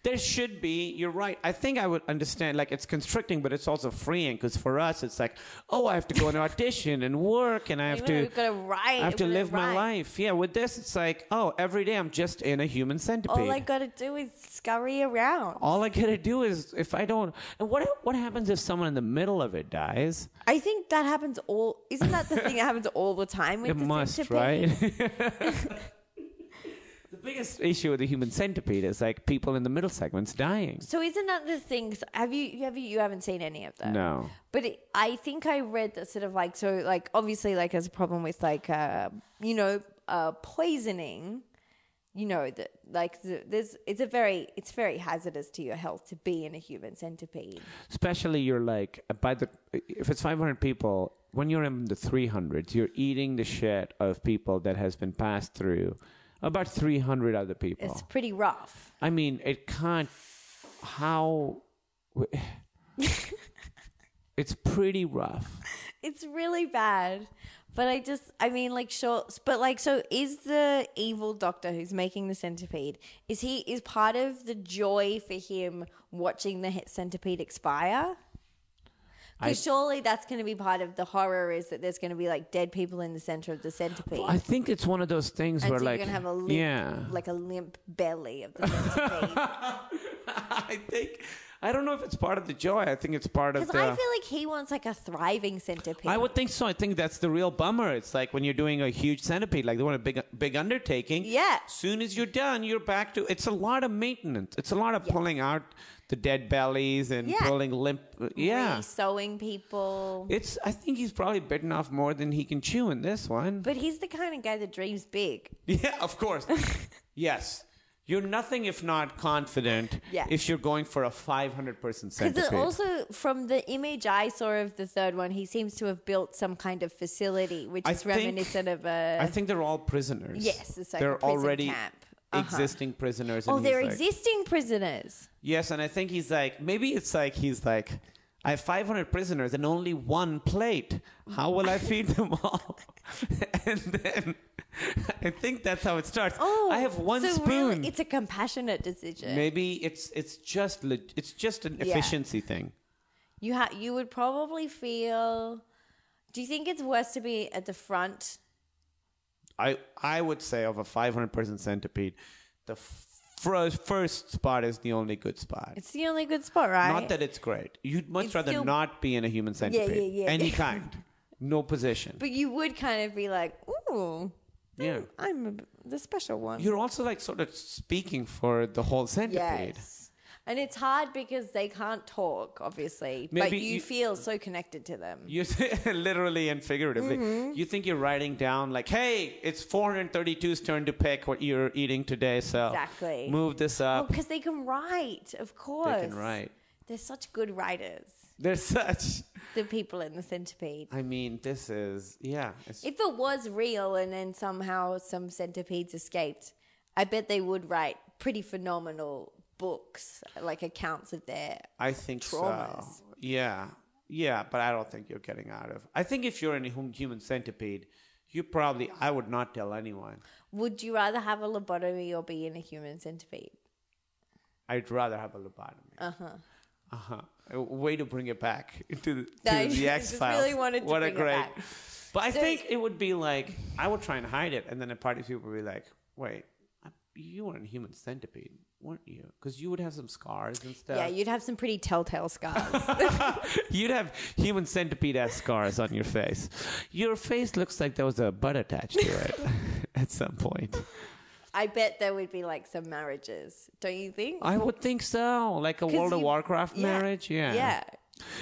S5: There should be. You're right. I think I would understand. Like it's constricting, but it's also freeing because for us, it's like, oh, I have to go and audition and work, and I have
S6: Even though
S5: to.
S6: we've gotta write,
S5: I have to
S6: we've gotta
S5: live my
S6: write.
S5: life. Yeah. With this, it's like, oh, every day I'm just in a human centipede.
S6: All I gotta do is scurry around.
S5: All I gotta do is if I don't. And what what happens if someone in the middle of it dies?
S6: I think that happens all. Isn't that the thing that happens all the time? With
S5: it
S6: the
S5: must,
S6: centipede?
S5: right? the biggest issue with the human centipede is like people in the middle segments dying.
S6: So isn't that the thing? so Have you you have you, you haven't seen any of that?
S5: No.
S6: But it, I think I read that sort of like so like obviously like there's a problem with like uh you know uh poisoning, you know that like the, there's it's a very it's very hazardous to your health to be in a human centipede.
S5: Especially you're like uh, by the if it's 500 people, when you're in the 300s, you're eating the shit of people that has been passed through about 300 other people.
S6: It's pretty rough.
S5: I mean, it can't. How? it's pretty rough.
S6: It's really bad. But I just, I mean, like, sure. But like, so is the evil doctor who's making the centipede? Is he is part of the joy for him watching the he- centipede expire?
S5: I-
S6: Because surely that's going to be part of the horror is that there's going to be like dead people in the center of the centipede.
S5: I think it's one of those things
S6: and so
S5: where,
S6: you're
S5: like,
S6: going to have a limp,
S5: yeah,
S6: like a limp belly of the centipede.
S5: I think I don't know if it's part of the joy. I think it's part of
S6: Because
S5: the.
S6: I feel like he wants like a thriving centipede.
S5: uh, I would think so. I think that's the real bummer. It's like when you're doing a huge centipede, like they want a big, big undertaking.
S6: Yeah.
S5: Soon as you're done, you're back to. It's a lot of maintenance. It's a lot of pulling out the dead bellies and
S6: Yeah.
S5: pulling limp. Yeah.
S6: sewing people.
S5: It's. I think he's probably bitten off more than he can chew in this one.
S6: But he's the kind of guy that dreams big.
S5: Yeah, of course. yes. You're nothing if not confident
S6: Yeah.
S5: if you're going for a 500%
S6: Because
S5: centipede.
S6: also, from the image I saw of the third one, he seems to have built some kind of facility, which
S5: I
S6: is
S5: think-
S6: reminiscent of a.
S5: I think they're all prisoners.
S6: Yes, it's like a
S5: they're
S6: prison
S5: already
S6: camp. Uh-huh.
S5: existing prisoners.
S6: oh,
S5: and
S6: they're
S5: he's like-
S6: existing prisoners.
S5: Yes, and I think he's like maybe it's like he's like I have 500 prisoners and only one plate. How will I feed them all? and then I think that's how it starts.
S6: Oh,
S5: I have one
S6: so
S5: spoon.
S6: Really, it's a compassionate decision.
S5: maybe it's it's just leg- it's just an
S6: Yeah.
S5: efficiency thing.
S6: You ha- you would probably feel. Do you think it's worse to be at the front?
S5: I I would say of a 500 person centipede, the f- first spot is the only good spot.
S6: It's the only good spot, right?
S5: Not that it's great. You'd much
S6: It's
S5: rather
S6: still-
S5: not be in a human centipede.
S6: yeah, yeah.
S5: Any kind. No position.
S6: but you would kind of be like, ooh,
S5: yeah.
S6: I'm a b the special one.
S5: You're also like sort of speaking for the whole centipede.
S6: Yes. And it's hard because they can't talk, obviously, but
S5: Maybe
S6: you,
S5: you-
S6: feel so connected to them.
S5: You literally and figuratively.
S6: Mm-hmm.
S5: You think you're writing down like, "Hey, it's 432's turn to pick what you're eating today, so
S6: Exactly.
S5: move this
S6: Oh,
S5: up."
S6: because they can write, of course.
S5: they can write.
S6: They're such good writers,
S5: There's such.
S6: the people in the centipede.
S5: I mean, this is yeah. It's,
S6: If it was real and then somehow some centipedes escaped, I bet they would write pretty phenomenal books, like accounts of their.
S5: I think
S6: traumas.
S5: so. Yeah, yeah, but I don't think you're getting out of. I think if you're in a hum- human centipede, you probably. I would not tell anyone.
S6: Would you rather have a lobotomy or be in a human centipede?
S5: I'd rather have a lobotomy. Uh
S6: Uh-huh.
S5: huh. Uh huh. Way to bring it back to the,
S6: No, I
S5: to the X
S6: just
S5: Files.
S6: really wanted to
S5: what
S6: bring it
S5: a great.
S6: back.
S5: But I
S6: So-
S5: think it would be like I would try and hide it, and then a party of people would be like, "Wait, I, you were in Human Centipede, weren't you? Because you would have some scars and stuff.
S6: Yeah, you'd have some pretty telltale scars.
S5: You'd have Human Centipede as scars on your face. Your face looks like there was a butt attached to it at some point.
S6: I bet there would be like some marriages, don't you think?
S5: I would think so, like a
S6: 'Cause
S5: World of
S6: you-
S5: Warcraft
S6: yeah,
S5: marriage. Yeah,
S6: Yeah.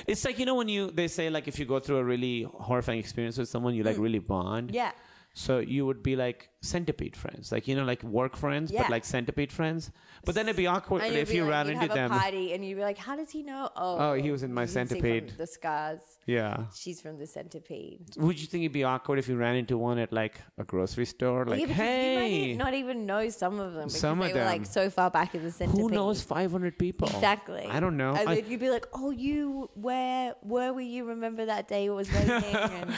S5: It's like you know when you they say like if you go through a really horrifying experience with someone, you like really bond.
S6: Mm. Yeah.
S5: So you would be like centipede friends, like you know, like work friends,
S6: Yeah.
S5: but like centipede friends. But then it'd be awkward
S6: And
S5: if
S6: you'd be
S5: you
S6: like,
S5: ran
S6: you'd
S5: into
S6: have
S5: them.
S6: a party and you'd be like, how does he know? Oh,
S5: Oh, he was in my
S6: you can see from
S5: centipede.
S6: The scars.
S5: Yeah.
S6: She's from the centipede.
S5: Would you think it'd be awkward if you ran into one at like a grocery store? Like,
S6: yeah, because you might
S5: hey,
S6: e- not even know some of them because
S5: Some
S6: they
S5: of
S6: were like
S5: them.
S6: so far back in the centipede.
S5: who knows five hundred people?
S6: Exactly.
S5: I don't know.
S6: And
S5: I-
S6: then you'd be like, "Oh, you where where were you? Remember that day it was raining?" And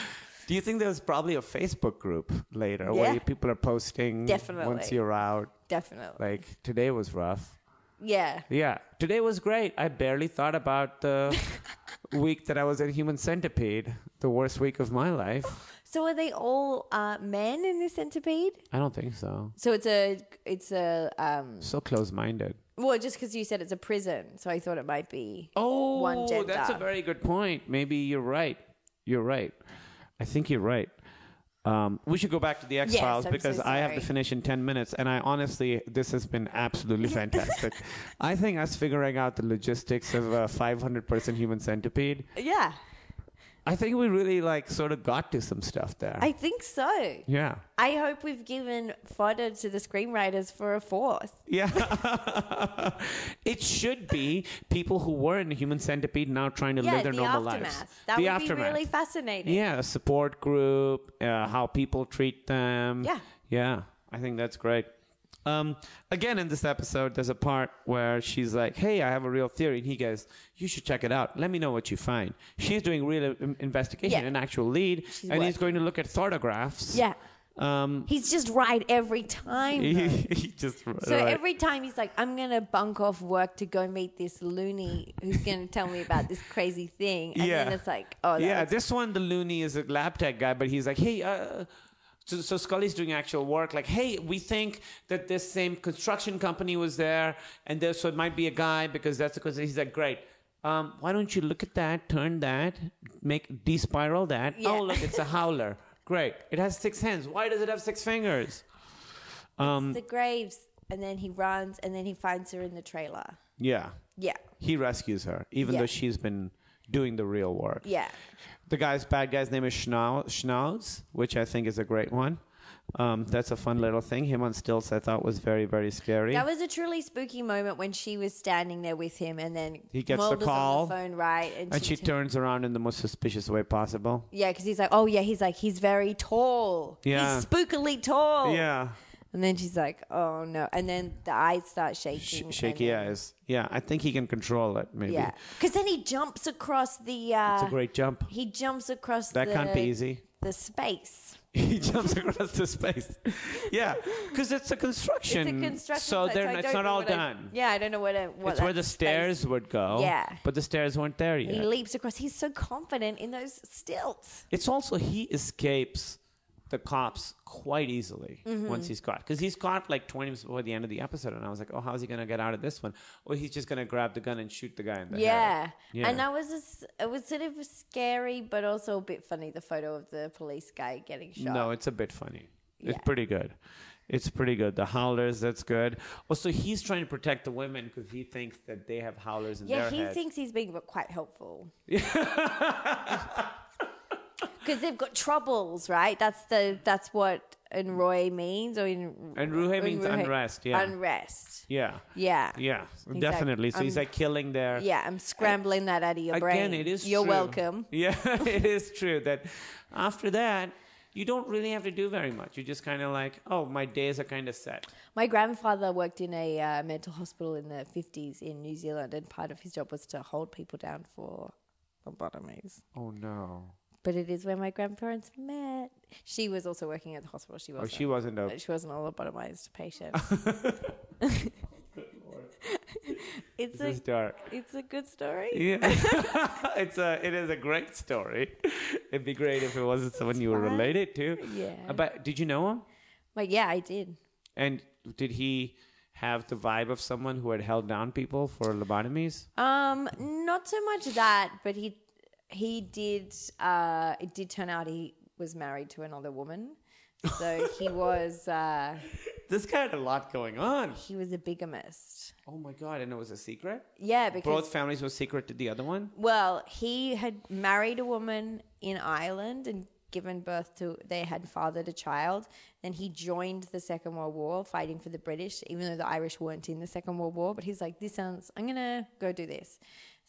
S5: do you think there's probably a Facebook group later where
S6: Yeah.
S5: people are posting
S6: Definitely.
S5: once you're out?
S6: definitely,
S5: Like today was rough.
S6: Yeah.
S5: Yeah. Today was great. I barely thought about the week that I was at Human Centipede, the worst week of my life.
S6: So are they all uh, men in this centipede?
S5: I don't think so.
S6: So it's a it's a um
S5: So close minded.
S6: well just because you said it's a prison, so I thought it might be
S5: Oh,
S6: one gender.
S5: that's a very good point. Maybe you're right. You're right. I think you're right. Um, we should go back to the X Files
S6: I'm so
S5: because I have to
S6: sorry.
S5: finish in 10 minutes. And I honestly, this has been absolutely fantastic. I think us figuring out the logistics of a 500 person human centipede,
S6: yeah,
S5: I think we really like sort of got to some stuff there.
S6: I think so.
S5: yeah.
S6: I hope we've given fodder to the screenwriters for a fourth.
S5: Yeah. it should be people who were in human centipede now trying to
S6: yeah,
S5: live
S6: the
S5: their normal
S6: aftermath.
S5: lives.
S6: That
S5: the
S6: would
S5: aftermath.
S6: be really fascinating.
S5: Yeah, a support group, uh, how people treat them.
S6: Yeah.
S5: Yeah, I think that's great. Um, again, in this episode, there's a part where she's like, Hey, I have a real theory. And he goes, You should check it out. Let me know what you find. She's doing real um, investigation,
S6: Yeah.
S5: an actual lead. and he's
S6: working.
S5: going to look at photographs.
S6: Yeah.
S5: Um,
S6: He's just right every time.
S5: he,
S6: though.
S5: he just.
S6: So
S5: right.
S6: every time he's like, I'm gonna bunk off work to go meet this loony who's gonna tell me about this crazy thing, and then it's like, oh, that
S5: yeah.
S6: looks-
S5: This one, the loony is a lab tech guy, but he's like, hey, uh, so, so Scully's doing actual work. Like, hey, we think that this same construction company was there, and there, so it might be a guy because that's because he's like, great. Um, why don't you look at that, turn that, make despiral that?
S6: Yeah.
S5: Oh, look, it's a howler. Great. It has six hands. Why does it have six fingers?
S6: the graves, and then he runs, and then he finds her in the trailer.
S5: Yeah.
S6: Yeah,
S5: He rescues her, even
S6: Yeah.
S5: though she's been doing the real work.
S6: yeah,
S5: The guy's bad guy's name is Schnauz, Schnauz which I think is a great one. Um, that's a fun little thing. Him on stilts, I thought was very, very scary.
S6: that was a truly spooky moment when she was standing there with him, and then
S5: He gets the
S6: Mulder's
S5: call,
S6: on the phone, right? And,
S5: and she
S6: turns.
S5: turns around in the most suspicious way possible.
S6: Yeah, because he's like, oh yeah, he's like, he's very tall.
S5: Yeah.
S6: he's spookily tall.
S5: Yeah,
S6: and then she's like, oh no, and then the eyes start
S5: Sh-
S6: shaking. and
S5: shaky
S6: then-
S5: eyes. Yeah, I think he can control it. Maybe
S6: Yeah, because then he jumps across the. Uh,
S5: it's a great jump.
S6: He jumps across.
S5: That
S6: the,
S5: can't be easy.
S6: The space.
S5: He jumps across the space. Yeah, because it's a
S6: It's
S5: construction.
S6: a construction.
S5: So
S6: site,
S5: they're,
S6: I
S5: it's
S6: don't
S5: not
S6: know
S5: all
S6: what I-
S5: done.
S6: yeah, I don't know what. I, what
S5: it's where
S6: that
S5: the
S6: space-
S5: stairs would go.
S6: Yeah.
S5: but the stairs weren't there yet.
S6: He leaps across. He's so confident in those stilts.
S5: It's also he escapes the cops quite easily
S6: Mm-hmm.
S5: once he's caught because he's caught like 20 minutes before the end of the episode and i was like oh how's he gonna get out of this one or he's just gonna grab the gun and shoot the guy in the
S6: Yeah.
S5: head yeah
S6: and that was a s it was sort of scary, but also a bit funny. The photo of the police guy getting shot.
S5: no it's a bit funny it's
S6: Yeah.
S5: pretty good it's pretty good the howlers that's good also he's trying to protect the women because he thinks that they have howlers in
S6: yeah,
S5: their
S6: he
S5: head.
S6: thinks he's being quite helpful. Because they've got troubles, right? That's the that's what enroy means, or in
S5: Enroy means
S6: enroy-
S5: unrest, yeah.
S6: unrest.
S5: yeah
S6: Yeah.
S5: yeah
S6: He's like, um,
S5: definitely so he's
S6: "I'm-
S5: like killing their
S6: Yeah, I'm scrambling that out of your brain.
S5: Again, it is
S6: You're
S5: true.
S6: welcome.
S5: Yeah, it is true that after that, you don't really have to do very much. You just kind of like, oh, my days are kind of set.
S6: My grandfather worked in a uh, mental hospital in the 50s in New Zealand, and part of his job was to hold people down for lobotomies.
S5: Oh no.
S6: But it is where my grandparents met. She was also working at the hospital. She
S5: Oh,
S6: was.
S5: she wasn't a.
S6: she wasn't a lobotomized patient. it's
S5: This is
S6: a
S5: dark.
S6: it's a good story.
S5: Yeah, it's a. It is a great story. It'd be great if it wasn't someone you were related to.
S6: Yeah.
S5: But did you know him?
S6: But yeah, I did.
S5: And did he have the vibe of someone who had held down people for lobotomies?
S6: Um, not so much that, but he he did. Uh, it did turn out he was married to another woman, so he was uh,
S5: This guy had a lot going on.
S6: he was a bigamist.
S5: Oh my god! And it was a secret.
S6: Yeah, because
S5: Both families were secret to the other one.
S6: well, he had married a woman in Ireland and given birth to. They had fathered a child. Then he joined the Second World War, fighting for the British, even though the Irish weren't in the Second World War. But he's like, this sounds. I'm gonna go do this.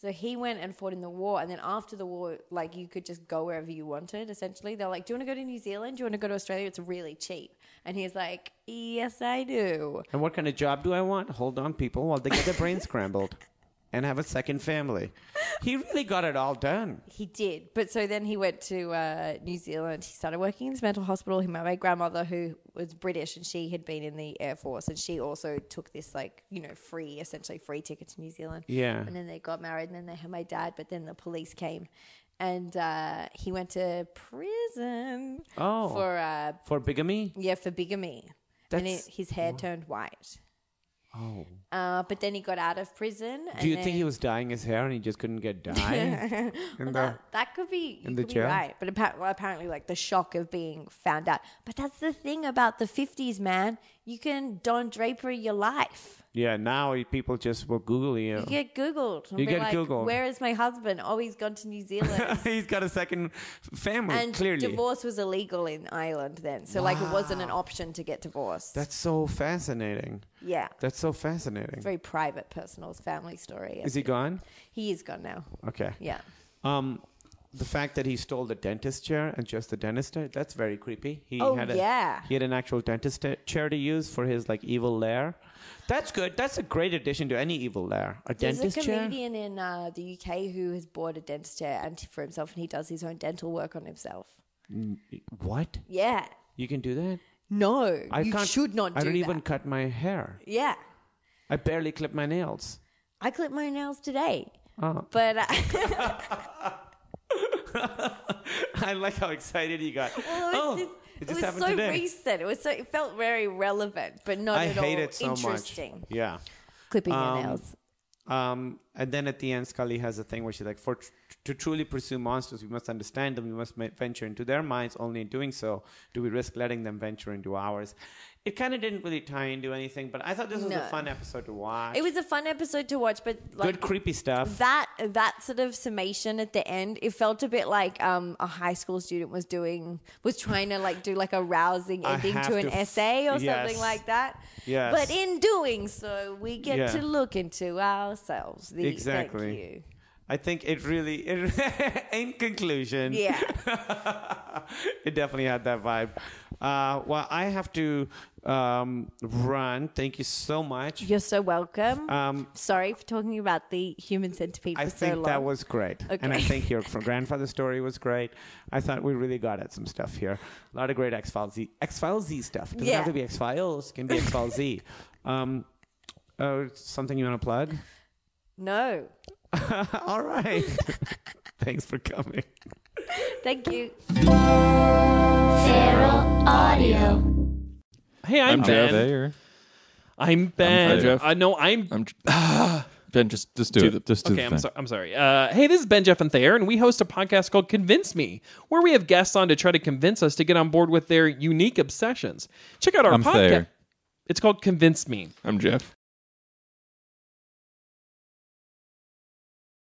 S6: So he went and fought in the war, and then after the war, like you could just go wherever you wanted. Essentially, they're like, "Do you want to go to New Zealand? Do you want to go to Australia? It's really cheap." And he's like, "Yes, I do."
S5: And what kind of job do I want? Hold on, people, while they get their brains scrambled. and have a second family. He really got it all done.
S6: He did. But so then he went to uh, New Zealand. He started working in this mental hospital. He met my grandmother, who was British, and she had been in the Air Force. And she also took this, like, you know, free, essentially free ticket to New Zealand.
S5: Yeah.
S6: And then they got married, and then they had my dad, but then the police came. And uh, he went to prison
S5: Oh.
S6: for, uh,
S5: For bigamy?
S6: yeah, for bigamy. and
S5: That's-
S6: it, his hair turned white.
S5: Oh.
S6: Uh, but then he got out of prison. and
S5: Do you
S6: then,
S5: think he was dyeing his hair and he just couldn't get dye? in the,
S6: that, that could be you
S5: in the
S6: could be
S5: jail?
S6: right but appa- well, apparently like the shock of being found out but that's the thing about the 50s man you can don draper your life
S5: yeah, now he- people just will Google you.
S6: you get googled and
S5: You
S6: be
S5: get
S6: like,
S5: Googled.
S6: where is my husband oh he's gone to new zealand
S5: He's got a second family,
S6: and
S5: clearly.
S6: divorce was illegal in ireland then so like it wasn't an option to get divorced
S5: That's so fascinating.
S6: yeah
S5: That's so fascinating.
S6: very private personal family story
S5: Is he gone?
S6: he is gone now
S5: Okay.
S6: yeah
S5: Um, the fact that he stole the dentist chair and just the dentist chair, that's very creepy. He
S6: Oh,
S5: had a,
S6: yeah.
S5: He had an actual dentist ta- chair to use for his like evil lair. That's good. That's a great addition to any evil lair. A
S6: There's
S5: dentist
S6: a
S5: chair.
S6: comedian in uh, the UK who has bought a dentist chair and for himself, and he does his own dental work on himself.
S5: What?
S6: Yeah.
S5: You can do that?
S6: No,
S5: I
S6: you
S5: can't,
S6: should not do
S5: I don't
S6: that.
S5: even cut my hair.
S6: yeah.
S5: I barely clip my nails.
S6: I clipped my nails today.
S5: Oh.
S6: But uh,
S5: I like how excited you got.
S6: well,
S5: oh,
S6: it was,
S5: it
S6: just,
S5: just
S6: it was
S5: happened
S6: so
S5: today.
S6: recent. It was so it felt very relevant, but not
S5: I
S6: at
S5: hate
S6: all
S5: it so
S6: interesting.
S5: much. Yeah.
S6: Clipping
S5: Um,
S6: your nails.
S5: Um, and then at the end, Scully has a thing where she's like, "For tr- to truly pursue monsters, we must understand them. We must ma- venture into their minds. Only in doing so do we risk letting them venture into ours." It kind of didn't really tie into anything, but I thought this was a
S6: No.
S5: fun episode to watch.
S6: It was a fun episode to watch, but like
S5: good, creepy stuff.
S6: that that sort of summation at the end, it felt a bit like um, a high school student was doing was trying to like do like a rousing
S5: I
S6: ending
S5: have
S6: to an
S5: to f-
S6: essay or
S5: yes.
S6: something like that.
S5: Yes.
S6: But in doing so, we get
S5: Yeah.
S6: to look into ourselves. The,
S5: Exactly.
S6: Thank you.
S5: I think it really, it, in conclusion,
S6: Yeah.
S5: it definitely had that vibe. Uh, well, I have to um, run. Thank you so much.
S6: You're so welcome.
S5: Um,
S6: Sorry for talking about the human centipede
S5: I
S6: for so
S5: think
S6: long.
S5: that was great. And I
S6: Okay.
S5: think your grandfather's story was great. I thought we really got at some stuff here. A lot of great X Files Z X Files Z stuff. Doesn't
S6: Yeah.
S5: have to be X Files, can be X Files Z. Um oh, something you want to plug?
S6: no.
S5: All right. Thanks for coming.
S6: Thank you.
S4: Feral Audio.
S7: Hey, I'm,
S8: I'm
S7: Ben.
S8: Jeff.
S7: I'm Ben.
S8: Jeff.
S7: Uh, no, I'm.
S8: I'm Ben. Just just do,
S7: Do
S8: it.
S7: the-
S8: just do
S7: okay,
S8: the
S7: I'm,
S8: thing.
S7: so- I'm sorry. Uh, hey, this is Ben, Jeff, and Thayer, and we host a podcast called Convince Me, where we have guests on to try to convince us to get on board with their unique obsessions. Check out our
S8: I'm
S7: podcast.
S8: Thayer.
S7: It's called Convince Me.
S8: I'm Jeff.